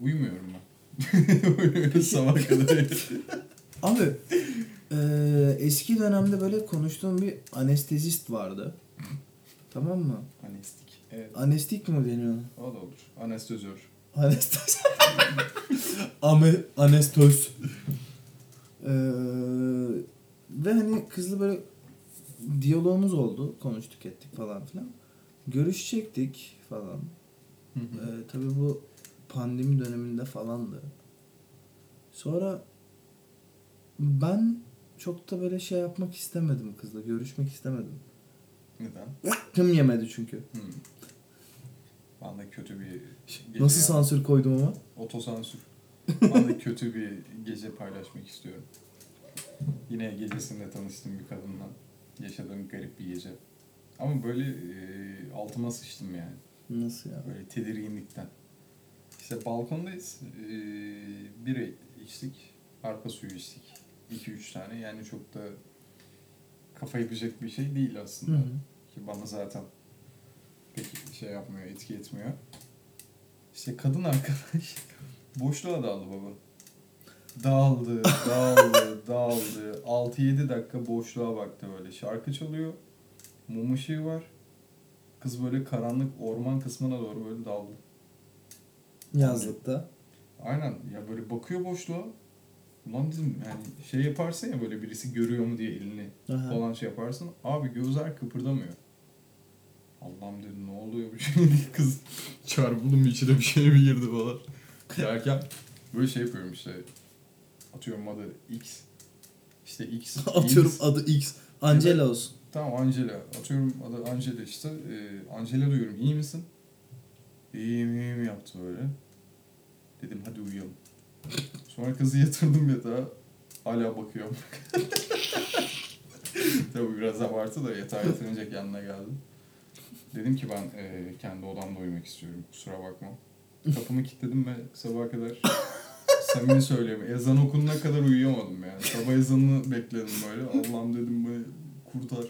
Speaker 2: Uyumuyorum ben. Uyumuyorum sabah kadar.
Speaker 1: Abi eee, eski dönemde böyle konuştuğum bir anestezist vardı. tamam mı?
Speaker 2: Anestik. Evet.
Speaker 1: Anestik mi deniyor?
Speaker 2: O da olur. Anestezör.
Speaker 1: Anestez. Ame, anestöz. Eee, ve hani kızla böyle diyalogumuz oldu. Konuştuk ettik falan filan. Görüşecektik falan.
Speaker 2: Hı hı.
Speaker 1: Ee, tabii bu pandemi döneminde falandı. Sonra ben çok da böyle şey yapmak istemedim kızla. Görüşmek istemedim.
Speaker 2: Neden?
Speaker 1: Tüm yemedi çünkü.
Speaker 2: Hı. Ben de Hmm. kötü bir şey. gece-
Speaker 1: Nasıl sansür koydum ama?
Speaker 2: Otosansür. Ben de kötü bir gece paylaşmak istiyorum. Yine gecesinde tanıştım bir kadınla. Yaşadığım garip bir gece. Ama böyle e, altıma sıçtım yani.
Speaker 1: Nasıl ya?
Speaker 2: Böyle tedirginlikten. İşte balkondayız. E, bira içtik. Arpa suyu içtik. 2-3 tane. Yani çok da kafa yapacak bir şey değil
Speaker 1: Hı
Speaker 2: aslında.
Speaker 1: hı.
Speaker 2: Ki bana zaten pek şey yapmıyor, etki etmiyor. İşte kadın arkadaş boşluğa daldı baba. Dağıldı, dağıldı, dağıldı. 6-7 dakika boşluğa baktı böyle. Şarkı çalıyor. Mum ışığı var. Kız böyle karanlık orman kısmına doğru böyle daldı.
Speaker 1: Yazlıkta.
Speaker 2: Aynen ya böyle bakıyor boşluğa. Ulan dedim yani şey yaparsın ya böyle birisi görüyor mu diye elini
Speaker 1: Aha.
Speaker 2: falan şey yaparsın. Abi gözler kıpırdamıyor. Allah'ım dedim ne oluyor bu şey kız çarpıldım içine bir şeye mi girdi falan derken böyle şey yapıyorum işte atıyorum adı X işte X
Speaker 1: Atıyorum
Speaker 2: X.
Speaker 1: adı X. Angela olsun.
Speaker 2: Tamam Angela. Atıyorum adı Angela işte. Ee, Angela diyorum iyi misin? İyiyim iyiyim yaptı böyle. Dedim hadi uyuyalım. Sonra kızı yatırdım yatağa. Hala bakıyorum. Tabii biraz abartı da yatağa yatırınca kendine geldim. Dedim ki ben e, kendi odamda uyumak istiyorum. Kusura bakma. Kapımı kilitledim ve sabaha kadar samimi söylüyorum. Ezan okunana kadar uyuyamadım yani. Sabah ezanını bekledim böyle. Allah'ım dedim beni kurtar.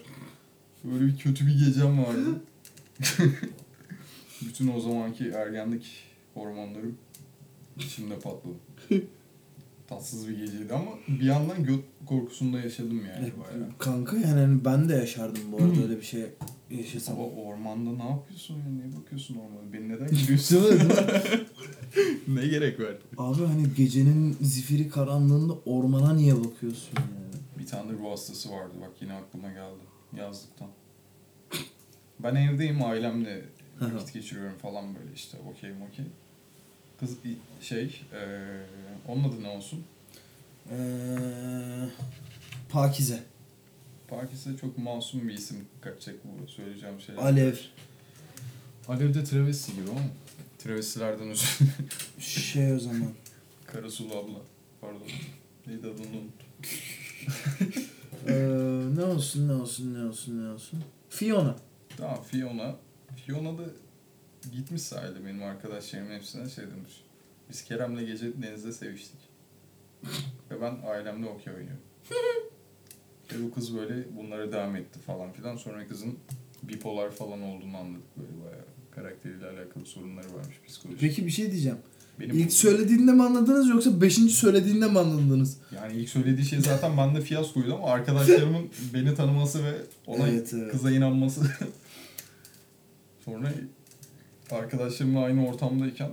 Speaker 2: Böyle bir kötü bir gecem vardı. Bütün o zamanki ergenlik hormonlarım içimde patladı. Tatsız bir geceydi ama bir yandan göt korkusunda yaşadım yani bayağı.
Speaker 1: Kanka yani hani ben de yaşardım bu arada öyle bir şey yaşasam.
Speaker 2: Sabah ormanda ne yapıyorsun ya? Niye bakıyorsun ormana? Beni neden
Speaker 1: Değil mi?
Speaker 2: gülüyorsun?
Speaker 1: Değil mi?
Speaker 2: ne gerek var?
Speaker 1: Abi hani gecenin zifiri karanlığında ormana niye bakıyorsun yani?
Speaker 2: Bir tane de ruh hastası vardı bak yine aklıma geldi. Yazlıktan. Ben evdeyim ailemle
Speaker 1: Hı hı.
Speaker 2: vakit geçiriyorum falan böyle işte okey okey. Kız i- şey eee onun adı ne olsun?
Speaker 1: Ee, Pakize.
Speaker 2: Pakis'e çok masum bir isim kaçacak bu söyleyeceğim şeyler.
Speaker 1: Alev.
Speaker 2: Alev de travesti gibi ama. Travestilerden özür
Speaker 1: Şey o zaman.
Speaker 2: Karasulu abla. Pardon. Neydi adını unuttum.
Speaker 1: Ee, ne olsun ne olsun ne olsun ne olsun. Fiona.
Speaker 2: Tamam Fiona. Fiona da gitmiş sahilde benim arkadaşlarımın hepsine şey demiş. Biz Kerem'le gece denizde seviştik. Ve ben ailemle okey oynuyorum. Ve bu kız böyle bunlara devam etti falan filan. Sonra kızın bipolar falan olduğunu anladık böyle bayağı. Karakteriyle alakalı sorunları varmış psikolojik.
Speaker 1: Peki bir şey diyeceğim.
Speaker 2: Benim
Speaker 1: İlk söylediğinde mi anladınız yoksa beşinci söylediğinde mi anladınız?
Speaker 2: Yani ilk söylediği şey zaten bende fiyaskoydu ama arkadaşlarımın beni tanıması ve ona
Speaker 1: Evet, evet.
Speaker 2: kıza inanması. Sonra arkadaşlarımla aynı ortamdayken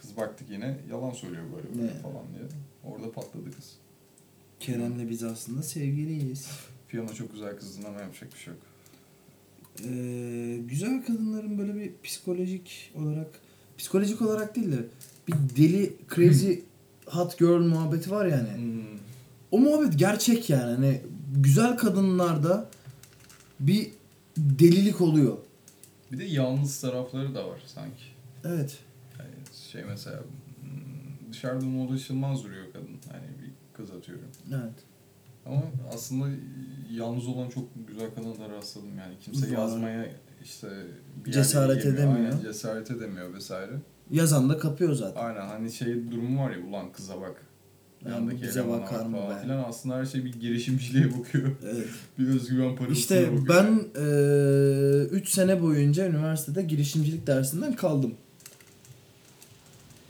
Speaker 2: kız baktık yine yalan söylüyor böyle böyle
Speaker 1: Ne?
Speaker 2: falan diye. Orada patladı kız.
Speaker 1: Kerem'le biz aslında sevgiliyiz.
Speaker 2: Fiona çok güzel kızdın ama yapacak bir şey yok.
Speaker 1: Ee, güzel kadınların böyle bir psikolojik olarak psikolojik olarak değil de bir deli crazy hot girl muhabbeti var yani.
Speaker 4: Hmm.
Speaker 1: O muhabbet gerçek yani. Hani güzel kadınlarda bir delilik oluyor.
Speaker 2: Bir de yalnız tarafları da var sanki.
Speaker 1: Evet.
Speaker 2: Yani şey mesela hmm, dışarıdan ulaşılmaz duruyor kadın. Hani bir kız atıyorum.
Speaker 1: Evet.
Speaker 2: Ama aslında yalnız olan çok güzel kadınlara rastladım yani. Kimse
Speaker 1: Var.
Speaker 2: yazmaya işte bir yerlere
Speaker 1: Cesaret
Speaker 2: girmiyor.
Speaker 1: edemiyor.
Speaker 2: Aynen, cesaret edemiyor vesaire.
Speaker 1: Yazan da kapıyor zaten.
Speaker 2: Aynen hani şey durumu var ya ulan kıza bak.
Speaker 1: Yani
Speaker 2: Yandaki
Speaker 1: bize
Speaker 2: elemana
Speaker 1: bakar
Speaker 2: bak
Speaker 1: mı
Speaker 2: falan
Speaker 1: be?
Speaker 2: filan. Aslında her şey bir girişimciliğe bakıyor.
Speaker 1: Evet.
Speaker 2: bir özgüven parıltısına
Speaker 1: İşte
Speaker 2: bakıyor.
Speaker 1: ben 3 sene boyunca üniversitede girişimcilik dersinden kaldım.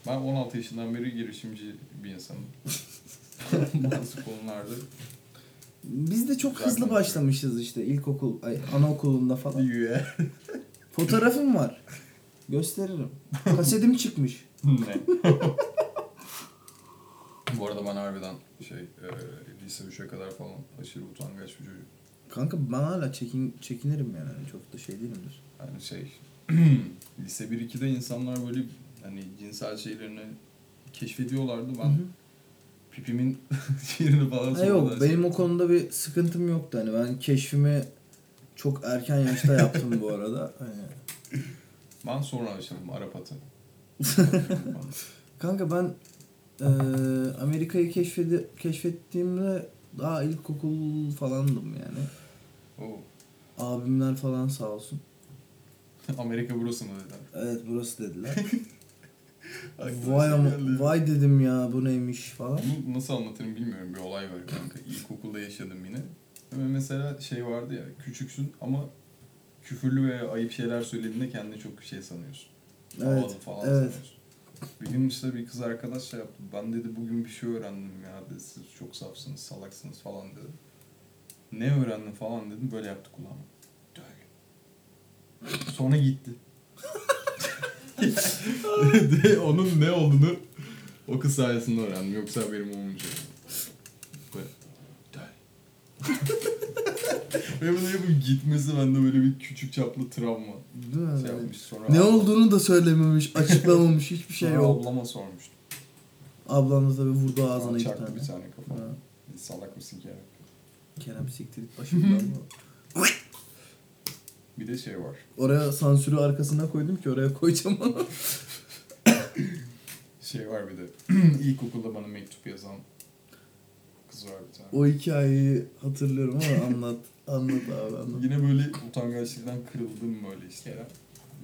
Speaker 2: Ben 16 yaşından beri girişimci bir insanım. Bazı konularda.
Speaker 1: Biz de çok
Speaker 2: Güzel
Speaker 1: hızlı
Speaker 2: konuşuyor.
Speaker 1: başlamışız işte ilkokul, ay, anaokulunda falan.
Speaker 2: Üye.
Speaker 1: Fotoğrafım var. Gösteririm. Kasetim çıkmış.
Speaker 2: ne? Bu arada ben harbiden şey e, lise 3'e kadar falan aşırı utangaç bir çocuk.
Speaker 1: Kanka ben hala çekin, çekinirim yani. Hani Çok da şey değilimdir.
Speaker 2: Yani şey lise 1-2'de insanlar böyle hani cinsel şeylerini keşfediyorlardı. Ben
Speaker 1: Hı hı.
Speaker 2: pipimin yerini falan
Speaker 1: Ha yok benim o konuda bir sıkıntım yoktu. Hani ben keşfimi çok erken yaşta yaptım bu arada. Hani
Speaker 2: şey- Ben sonra açıldım Arap atı.
Speaker 1: Kanka ben eee, Amerika'yı keşfedi, keşfettiğimde daha ilkokul falandım yani.
Speaker 2: Oo,
Speaker 1: Abimler falan sağ olsun.
Speaker 2: Amerika burası mı dediler.
Speaker 1: Evet burası dediler.
Speaker 2: Aklıma
Speaker 1: vay
Speaker 2: şey
Speaker 1: ama
Speaker 2: geldi.
Speaker 1: vay dedim ya bu neymiş falan.
Speaker 2: Bunu nasıl anlatırım bilmiyorum. Bir olay var kanka. İlkokulda yaşadım yine. Ama mesela şey vardı ya. Küçüksün ama küfürlü veya ayıp şeyler söylediğinde kendini çok şey sanıyorsun.
Speaker 1: Evet,
Speaker 2: Havalı falan
Speaker 1: evet.
Speaker 2: sanıyorsun. Bir gün işte bir kız arkadaş şey yaptı. Ben dedi bugün bir şey öğrendim ya. Dedi, siz çok safsınız, salaksınız falan dedi. Ne öğrendin falan dedim. Böyle yaptı kulağıma. Dövdü. Sonra gitti. de onun ne olduğunu o kız sayesinde öğrendim. Yoksa benim olmayacak. Böyle. Dön. Ve bunu yapıp gitmesi bende böyle bir küçük çaplı travma
Speaker 1: Değil mi?
Speaker 2: şey yapmış. Sonra
Speaker 1: Ne
Speaker 2: ablam-
Speaker 1: olduğunu da söylememiş, açıklamamış hiçbir şey
Speaker 2: sonra
Speaker 1: yok.
Speaker 2: ablama sormuştum.
Speaker 1: Ablam da tabii vurdu ağzına
Speaker 2: Ağzına
Speaker 1: iki
Speaker 2: çaktı
Speaker 1: tane.
Speaker 2: bir tane kafama.
Speaker 1: Ha,
Speaker 2: Salak mısın ki?
Speaker 1: Kerem siktir git başımdan.
Speaker 2: Bir de şey var.
Speaker 1: Oraya sansürü arkasına koydum ki oraya koyacağım onu.
Speaker 2: Şey var bir de. İlkokulda bana mektup yazan kız var bir tane.
Speaker 1: O hikayeyi hatırlıyorum ama anlat. Anlat abi anlat.
Speaker 2: Yine böyle utangaçlıktan kırıldım böyle işte.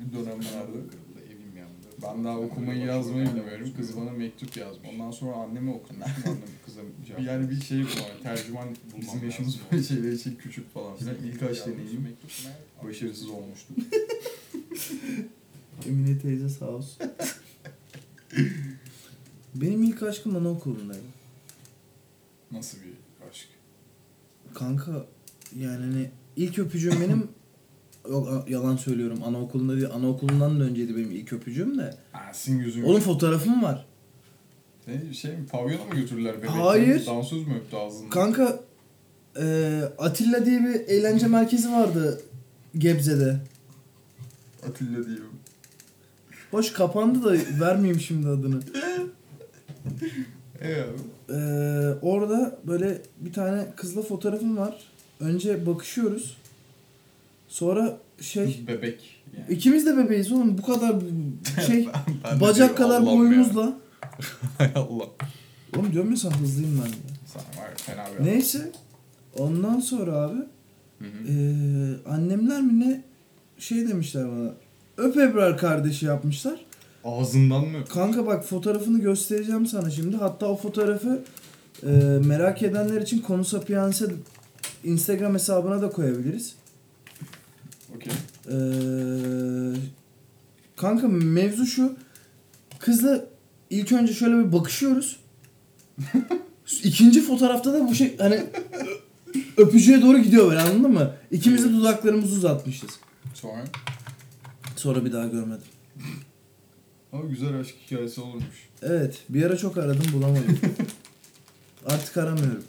Speaker 2: Bir dönemlerde evim yandı. Ben daha okumayı yazmayı bilmiyorum. Kız bana mektup yazmış. Ondan sonra anneme okudum. Annem kıza cevap Yani bir şey var. Tercüman bizim yaşımız böyle şeyler için küçük falan filan. İlk aç deneyimim. Başarısız olmuştu.
Speaker 1: Emine teyze sağ olsun. Benim ilk aşkım anaokulundaydı.
Speaker 2: Nasıl bir aşk?
Speaker 1: Kanka yani hani ilk öpücüğüm benim Yok, a- yalan söylüyorum anaokulunda değil anaokulundan da önceydi benim ilk öpücüğüm de.
Speaker 2: Ersin yüzünü.
Speaker 1: Onun fotoğrafım var.
Speaker 2: Ne şey mi? Pavyona mı götürdüler bebekleri?
Speaker 1: Hayır.
Speaker 2: Dansöz mü öptü ağzını?
Speaker 1: Kanka e, Atilla diye bir eğlence merkezi vardı Gebze'de.
Speaker 2: Atilla diyeyim.
Speaker 1: Hoş kapandı da vermeyeyim şimdi adını.
Speaker 2: E abi.
Speaker 1: Ee, orada böyle bir tane kızla fotoğrafım var. Önce bakışıyoruz. Sonra şey
Speaker 2: Bebek. Yani.
Speaker 1: ikimiz de bebeğiz oğlum bu kadar şey
Speaker 2: Ben de diyorum,
Speaker 1: bacak kadar
Speaker 2: Allah'ım ya.
Speaker 1: boyumuzla.
Speaker 2: Hay Allah.
Speaker 1: Oğlum diyorum ya sana hızlıyım ben diye.
Speaker 2: Sen var ya, fena bir adam.
Speaker 1: Neyse ondan sonra abi
Speaker 2: Hı hı.
Speaker 1: ee, annemler mi ne şey demişler bana. Öp Ebrar kardeşi yapmışlar.
Speaker 2: Ağzından mı?
Speaker 1: Kanka bak fotoğrafını göstereceğim sana şimdi. Hatta o fotoğrafı e, merak edenler için Konu Sapiens'e Instagram hesabına da koyabiliriz.
Speaker 2: Okey.
Speaker 1: E, kanka mevzu şu. Kızla ilk önce şöyle bir bakışıyoruz. İkinci fotoğrafta da bu şey hani öpücüğe doğru gidiyor böyle anladın mı? İkimiz de dudaklarımızı uzatmışız.
Speaker 2: Sonra.
Speaker 1: Sonra bir daha görmedim.
Speaker 2: Ama güzel aşk hikayesi olurmuş.
Speaker 1: Evet bir ara çok aradım bulamadım. Artık aramıyorum.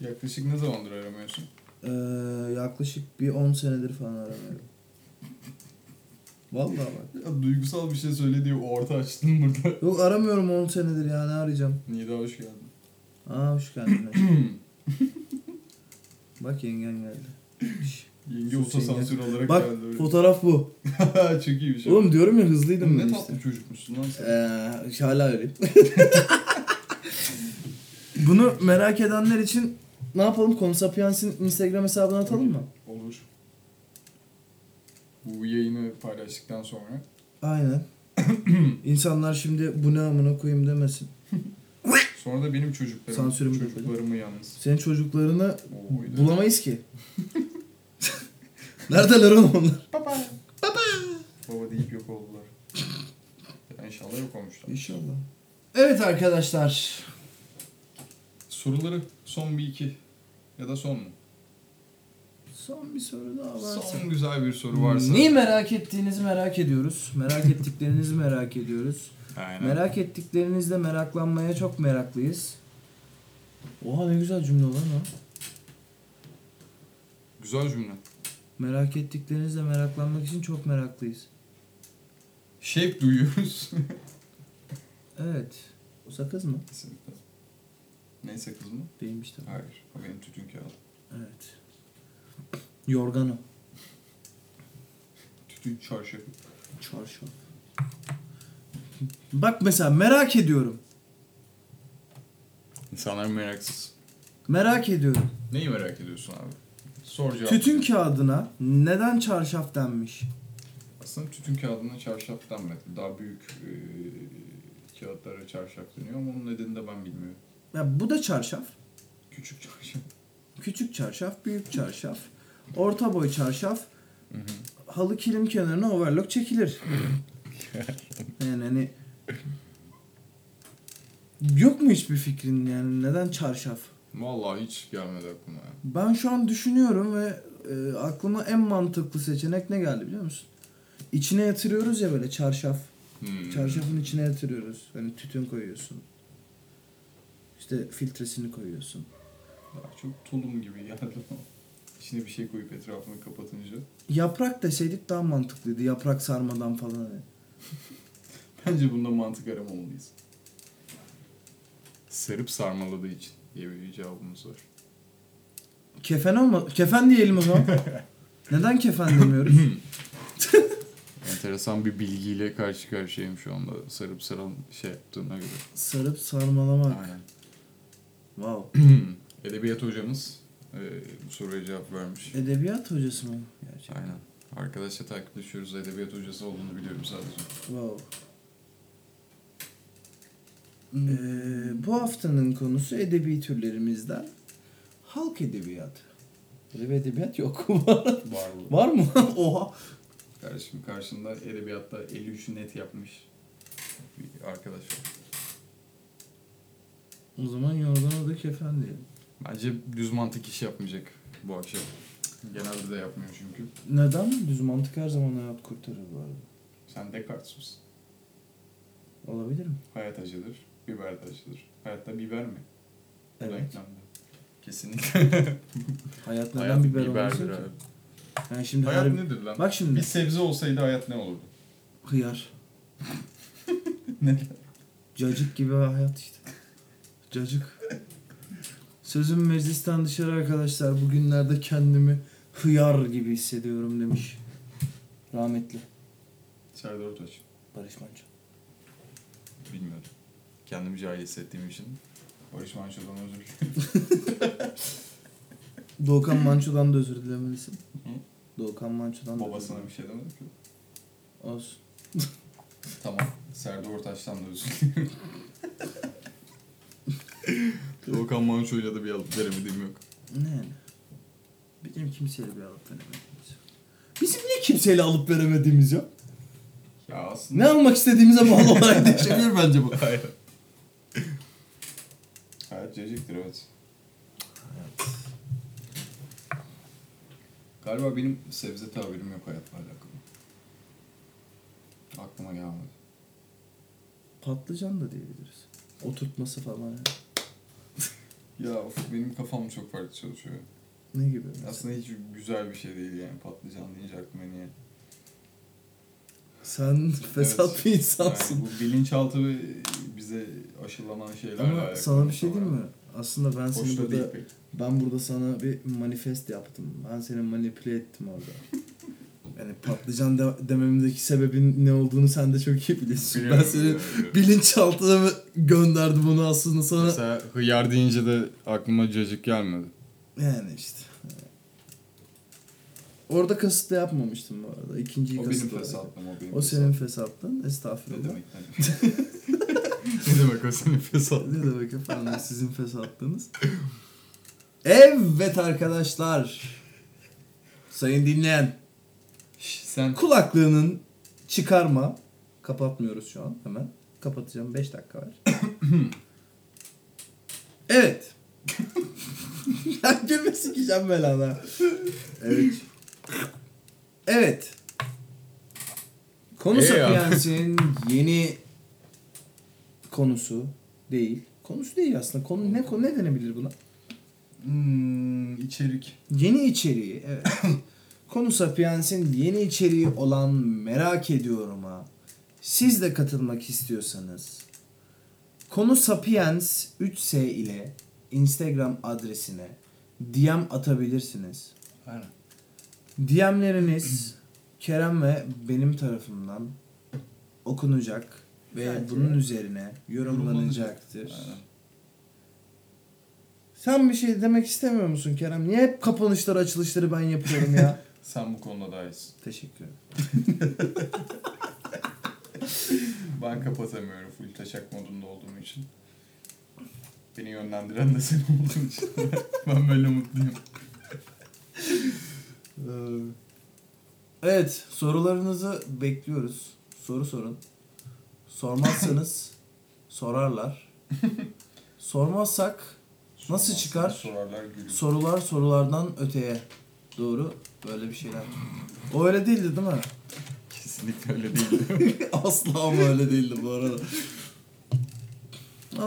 Speaker 2: Yaklaşık ne zamandır aramıyorsun?
Speaker 1: Ee, yaklaşık bir 10 senedir falan aramıyorum. Vallahi bak.
Speaker 2: Ya duygusal bir şey söyle diye orta açtın burada.
Speaker 1: Yok aramıyorum 10 senedir ya ne arayacağım.
Speaker 2: Nida hoş geldin.
Speaker 1: Aa hoş geldin. bak yengen geldi.
Speaker 2: Yenge
Speaker 1: Sus yenge.
Speaker 2: otosansür olarak
Speaker 1: Bak
Speaker 2: geldi. öyle.
Speaker 1: fotoğraf bu.
Speaker 2: Çok iyi bir şey.
Speaker 1: Oğlum diyorum ya hızlıydım
Speaker 2: ne
Speaker 1: ben işte.
Speaker 2: tatlı çocukmuşsun lan sen.
Speaker 1: Ee, hala öyleyim. Bunu merak edenler için ne yapalım? Konsapiens'in Instagram hesabına atalım mı?
Speaker 2: Olur. Bu yayını paylaştıktan sonra.
Speaker 1: Aynen. İnsanlar şimdi bu ne amına koyayım demesin.
Speaker 2: Sonra da benim çocuklarım.
Speaker 1: Sansürümü de
Speaker 2: çocuklarımı yalnız.
Speaker 1: Senin çocuklarını
Speaker 2: Oy,
Speaker 1: bulamayız ki. Neredeler oğlum onlar?
Speaker 2: Baba. Baba. Baba deyip yok oldular. Ya İnşallah yok olmuşlar.
Speaker 1: İnşallah. Evet arkadaşlar.
Speaker 2: Soruları son bir iki. Ya da son mu?
Speaker 1: Son bir soru daha varsa.
Speaker 2: Son güzel bir soru varsa.
Speaker 1: Neyi merak ettiğinizi merak ediyoruz. Merak ettiklerinizi merak ediyoruz.
Speaker 2: Aynen.
Speaker 1: Merak ettiklerinizle meraklanmaya çok meraklıyız. Oha ne güzel cümle lan o.
Speaker 2: Güzel cümle.
Speaker 1: Merak ettiklerinizle meraklanmak için çok meraklıyız.
Speaker 2: Şevk duyuyoruz.
Speaker 1: Evet. O sakız mı?
Speaker 2: Kesinlikle. Neyse kız mı?
Speaker 1: Değilmiş tabii.
Speaker 2: Hayır. O benim tütün kağıdı.
Speaker 1: Evet. Yorgan o.
Speaker 2: Tütün çarşafı.
Speaker 1: Çarşaf. Bak mesela merak ediyorum.
Speaker 2: İnsanlar meraksız.
Speaker 1: Merak ediyorum.
Speaker 2: Neyi merak ediyorsun abi? Sor cevap.
Speaker 1: Tütün kağıdına neden çarşaf denmiş?
Speaker 2: Aslında tütün kağıdına çarşaf denmedi. Daha büyük eee, kağıtlara çarşaf deniyor ama onun nedenini de ben bilmiyorum.
Speaker 1: Ya bu da çarşaf.
Speaker 2: Küçük çarşaf.
Speaker 1: Küçük çarşaf, büyük çarşaf, orta boy çarşaf,
Speaker 2: Hı hı.
Speaker 1: halı kilim kenarına overlock çekilir. yani hani yok mu hiçbir fikrin yani neden çarşaf?
Speaker 2: Vallahi hiç gelmedi aklıma ya.
Speaker 1: Ben şu an düşünüyorum ve e, aklıma en mantıklı seçenek ne geldi biliyor musun? İçine yatırıyoruz ya böyle çarşaf.
Speaker 2: Hmm.
Speaker 1: Çarşafın içine yatırıyoruz. Hani tütün koyuyorsun. İşte filtresini koyuyorsun.
Speaker 2: Daha çok tulum gibi geldi ama. İçine bir şey koyup etrafını kapatınca.
Speaker 1: Yaprak deseydik daha mantıklıydı. Yaprak sarmadan falan. hani.
Speaker 2: Bence bunda mantık aramamalıyız. Sarıp sarmaladığı için diye bir cevabımız var.
Speaker 1: Kefen olma. Kefen diyelim o zaman. Neden kefen demiyoruz?
Speaker 2: Enteresan bir bilgiyle karşı karşıyayım şu anda sarıp saran şey yaptığına göre.
Speaker 1: Sarıp sarmalamak.
Speaker 2: Aynen.
Speaker 1: Wow.
Speaker 2: Edebiyat hocamız e, bu soruya cevap vermiş.
Speaker 1: Edebiyat hocası mı? Gerçekten.
Speaker 2: Aynen. Arkadaşla takipleşiyoruz. Edebiyat hocası olduğunu biliyorum sadece.
Speaker 1: Wow.
Speaker 2: Hmm.
Speaker 1: Ee, bu haftanın konusu edebi türlerimizden halk edebiyatı. Öyle bir edebiyat yok.
Speaker 2: Var bu.
Speaker 1: Var mı? Oha.
Speaker 2: Kardeşim karşında edebiyatta 53 net yapmış bir arkadaş var.
Speaker 1: O zaman yorgana da kefen diyelim.
Speaker 2: Bence düz mantık iş yapmayacak bu akşam. Genelde de yapmıyor çünkü.
Speaker 1: Neden? Düz mantık her zaman hayat kurtarır bu arada.
Speaker 2: Sen Descartes misin?
Speaker 1: Olabilir mi?
Speaker 2: Hayat acıdır, biber de acıdır. Hayatta biber mi?
Speaker 1: Evet.
Speaker 2: Reklamda. Kesinlikle.
Speaker 1: Hayat neden
Speaker 2: Hayat
Speaker 1: biber olmasın
Speaker 2: biberdir
Speaker 1: ki?
Speaker 2: abi.
Speaker 1: Yani şimdi
Speaker 2: Hayat
Speaker 1: her-
Speaker 2: nedir lan?
Speaker 1: Bak şimdi.
Speaker 2: Bir sebze olsaydı hayat ne olurdu?
Speaker 1: Hıyar.
Speaker 2: Ne?
Speaker 1: Cacık gibi hayat işte. Cacık. Sözüm meclisten dışarı arkadaşlar. Bugünlerde kendimi hıyar gibi hissediyorum demiş. Rahmetli.
Speaker 2: Serdar Ortaç.
Speaker 1: Barış Manço.
Speaker 2: Bilmiyorum. Kendimi cahil hissettiğim için. Barış Manço'dan özür dilerim.
Speaker 1: Doğukan Manço'dan da özür dilemelisin.
Speaker 2: Hı?
Speaker 1: Doğukan Manço'dan da
Speaker 2: Babasına
Speaker 1: özür
Speaker 2: bir şey demedim ki.
Speaker 1: dilemelisin. Olsun.
Speaker 2: Tamam. Serdar Ortaç'tan da özür dilerim. Doğukan Manço'yla da bir alıp veremediğim yok.
Speaker 1: Ne yani? Bizim kimseyle bir alıp veremediğimiz yok. Bizim niye kimseyle alıp veremediğimiz yok?
Speaker 2: Ya aslında...
Speaker 1: Ne almak istediğimize bağlı olarak değişebilir bence bu.
Speaker 2: Hayır. Hayat cacıktır evet. Galiba benim sebze tabirim yok hayatla alakalı. Aklıma gelmedi.
Speaker 1: Patlıcan da diyebiliriz. Oturtması falan. yani.
Speaker 2: Ya of, benim kafam çok farklı çalışıyor.
Speaker 1: Ne gibi? mesela?
Speaker 2: Aslında hiç güzel bir şey değil yani patlıcan deyince aklıma niye
Speaker 1: Sen fesat
Speaker 2: Evet.
Speaker 1: bir insansın.
Speaker 2: Yani bu bilinçaltı ve bize aşılanan şeyler.
Speaker 1: Ama sana bir şey diyeyim mi? Aslında ben seni
Speaker 2: Hoş da
Speaker 1: burada
Speaker 2: değil pek.
Speaker 1: ben burada sana bir manifest yaptım. Ben seni manipüle ettim orada. Yani patlıcan de- dememindeki sebebin ne olduğunu sen de çok iyi biliyorsun.
Speaker 2: Biliyorum,
Speaker 1: ben seni
Speaker 2: biliyorum, biliyorum.
Speaker 1: bilinçaltına mı gönderdim onu aslında sana.
Speaker 2: Mesela hıyar deyince de aklıma cacık gelmedi.
Speaker 1: Yani işte. Orada kasıtlı yapmamıştım bu arada. İkinciyi
Speaker 2: O benim
Speaker 1: kasıtlı.
Speaker 2: fesatlım, o benim
Speaker 1: O senin
Speaker 2: fesatlım.
Speaker 1: fesatlığın. Estağfurullah.
Speaker 2: Ne demek? ne demek o senin fesatlığın?
Speaker 1: Ne demek efendim sizin fesatlığınız. Evet arkadaşlar. Sayın dinleyen.
Speaker 2: Şş, Sen
Speaker 1: Ee, Kulaklığının çıkarma. Kapatmıyoruz şu an hemen. Kapatacağım 5 dakika var. evet. ya gülme sikeceğim belana. Evet. Evet. Konu
Speaker 2: Ee,
Speaker 1: Sapiens'in yeni konusu değil. Konusu değil aslında. Konu ne konu ne denebilir buna?
Speaker 2: Hmm, içerik.
Speaker 1: Yeni içeriği, evet. Konu Sapiens'in yeni içeriği olan Merak Ediyorum'a siz de katılmak istiyorsanız Konu Sapiens 3S ile Instagram adresine DM atabilirsiniz.
Speaker 2: Aynen.
Speaker 1: DM'leriniz Kerem ve benim tarafımdan okunacak ve
Speaker 2: Bence
Speaker 1: bunun üzerine yorumlanacaktır.
Speaker 2: Aynen.
Speaker 1: Sen bir şey demek istemiyor musun Kerem? Niye hep kapanışları açılışları ben yapıyorum ya?
Speaker 2: Sen bu konuda daha iyisin.
Speaker 1: Teşekkür ederim.
Speaker 2: Ben kapatamıyorum full taşak modunda olduğum için. Beni yönlendiren de sen olduğun için. ben böyle mutluyum.
Speaker 1: Ee, Evet, sorularınızı bekliyoruz. Soru sorun. Sormazsanız sorarlar. Sormazsak Nasıl çıkar?
Speaker 2: Sorarlar gülüm.
Speaker 1: sorular sorulardan öteye. Doğru. Böyle bir şeyler. O öyle değildi değil mi?
Speaker 2: Kesinlikle öyle değil.
Speaker 1: Asla ama öyle değildi bu arada.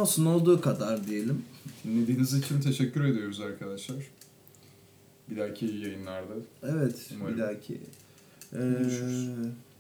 Speaker 1: Olsun olduğu kadar diyelim.
Speaker 2: Dinlediğiniz için teşekkür ediyoruz arkadaşlar. Bir dahaki yayınlarda
Speaker 1: Evet bir
Speaker 2: Umarım.
Speaker 1: dahaki. Ee,
Speaker 2: Görüşürüz.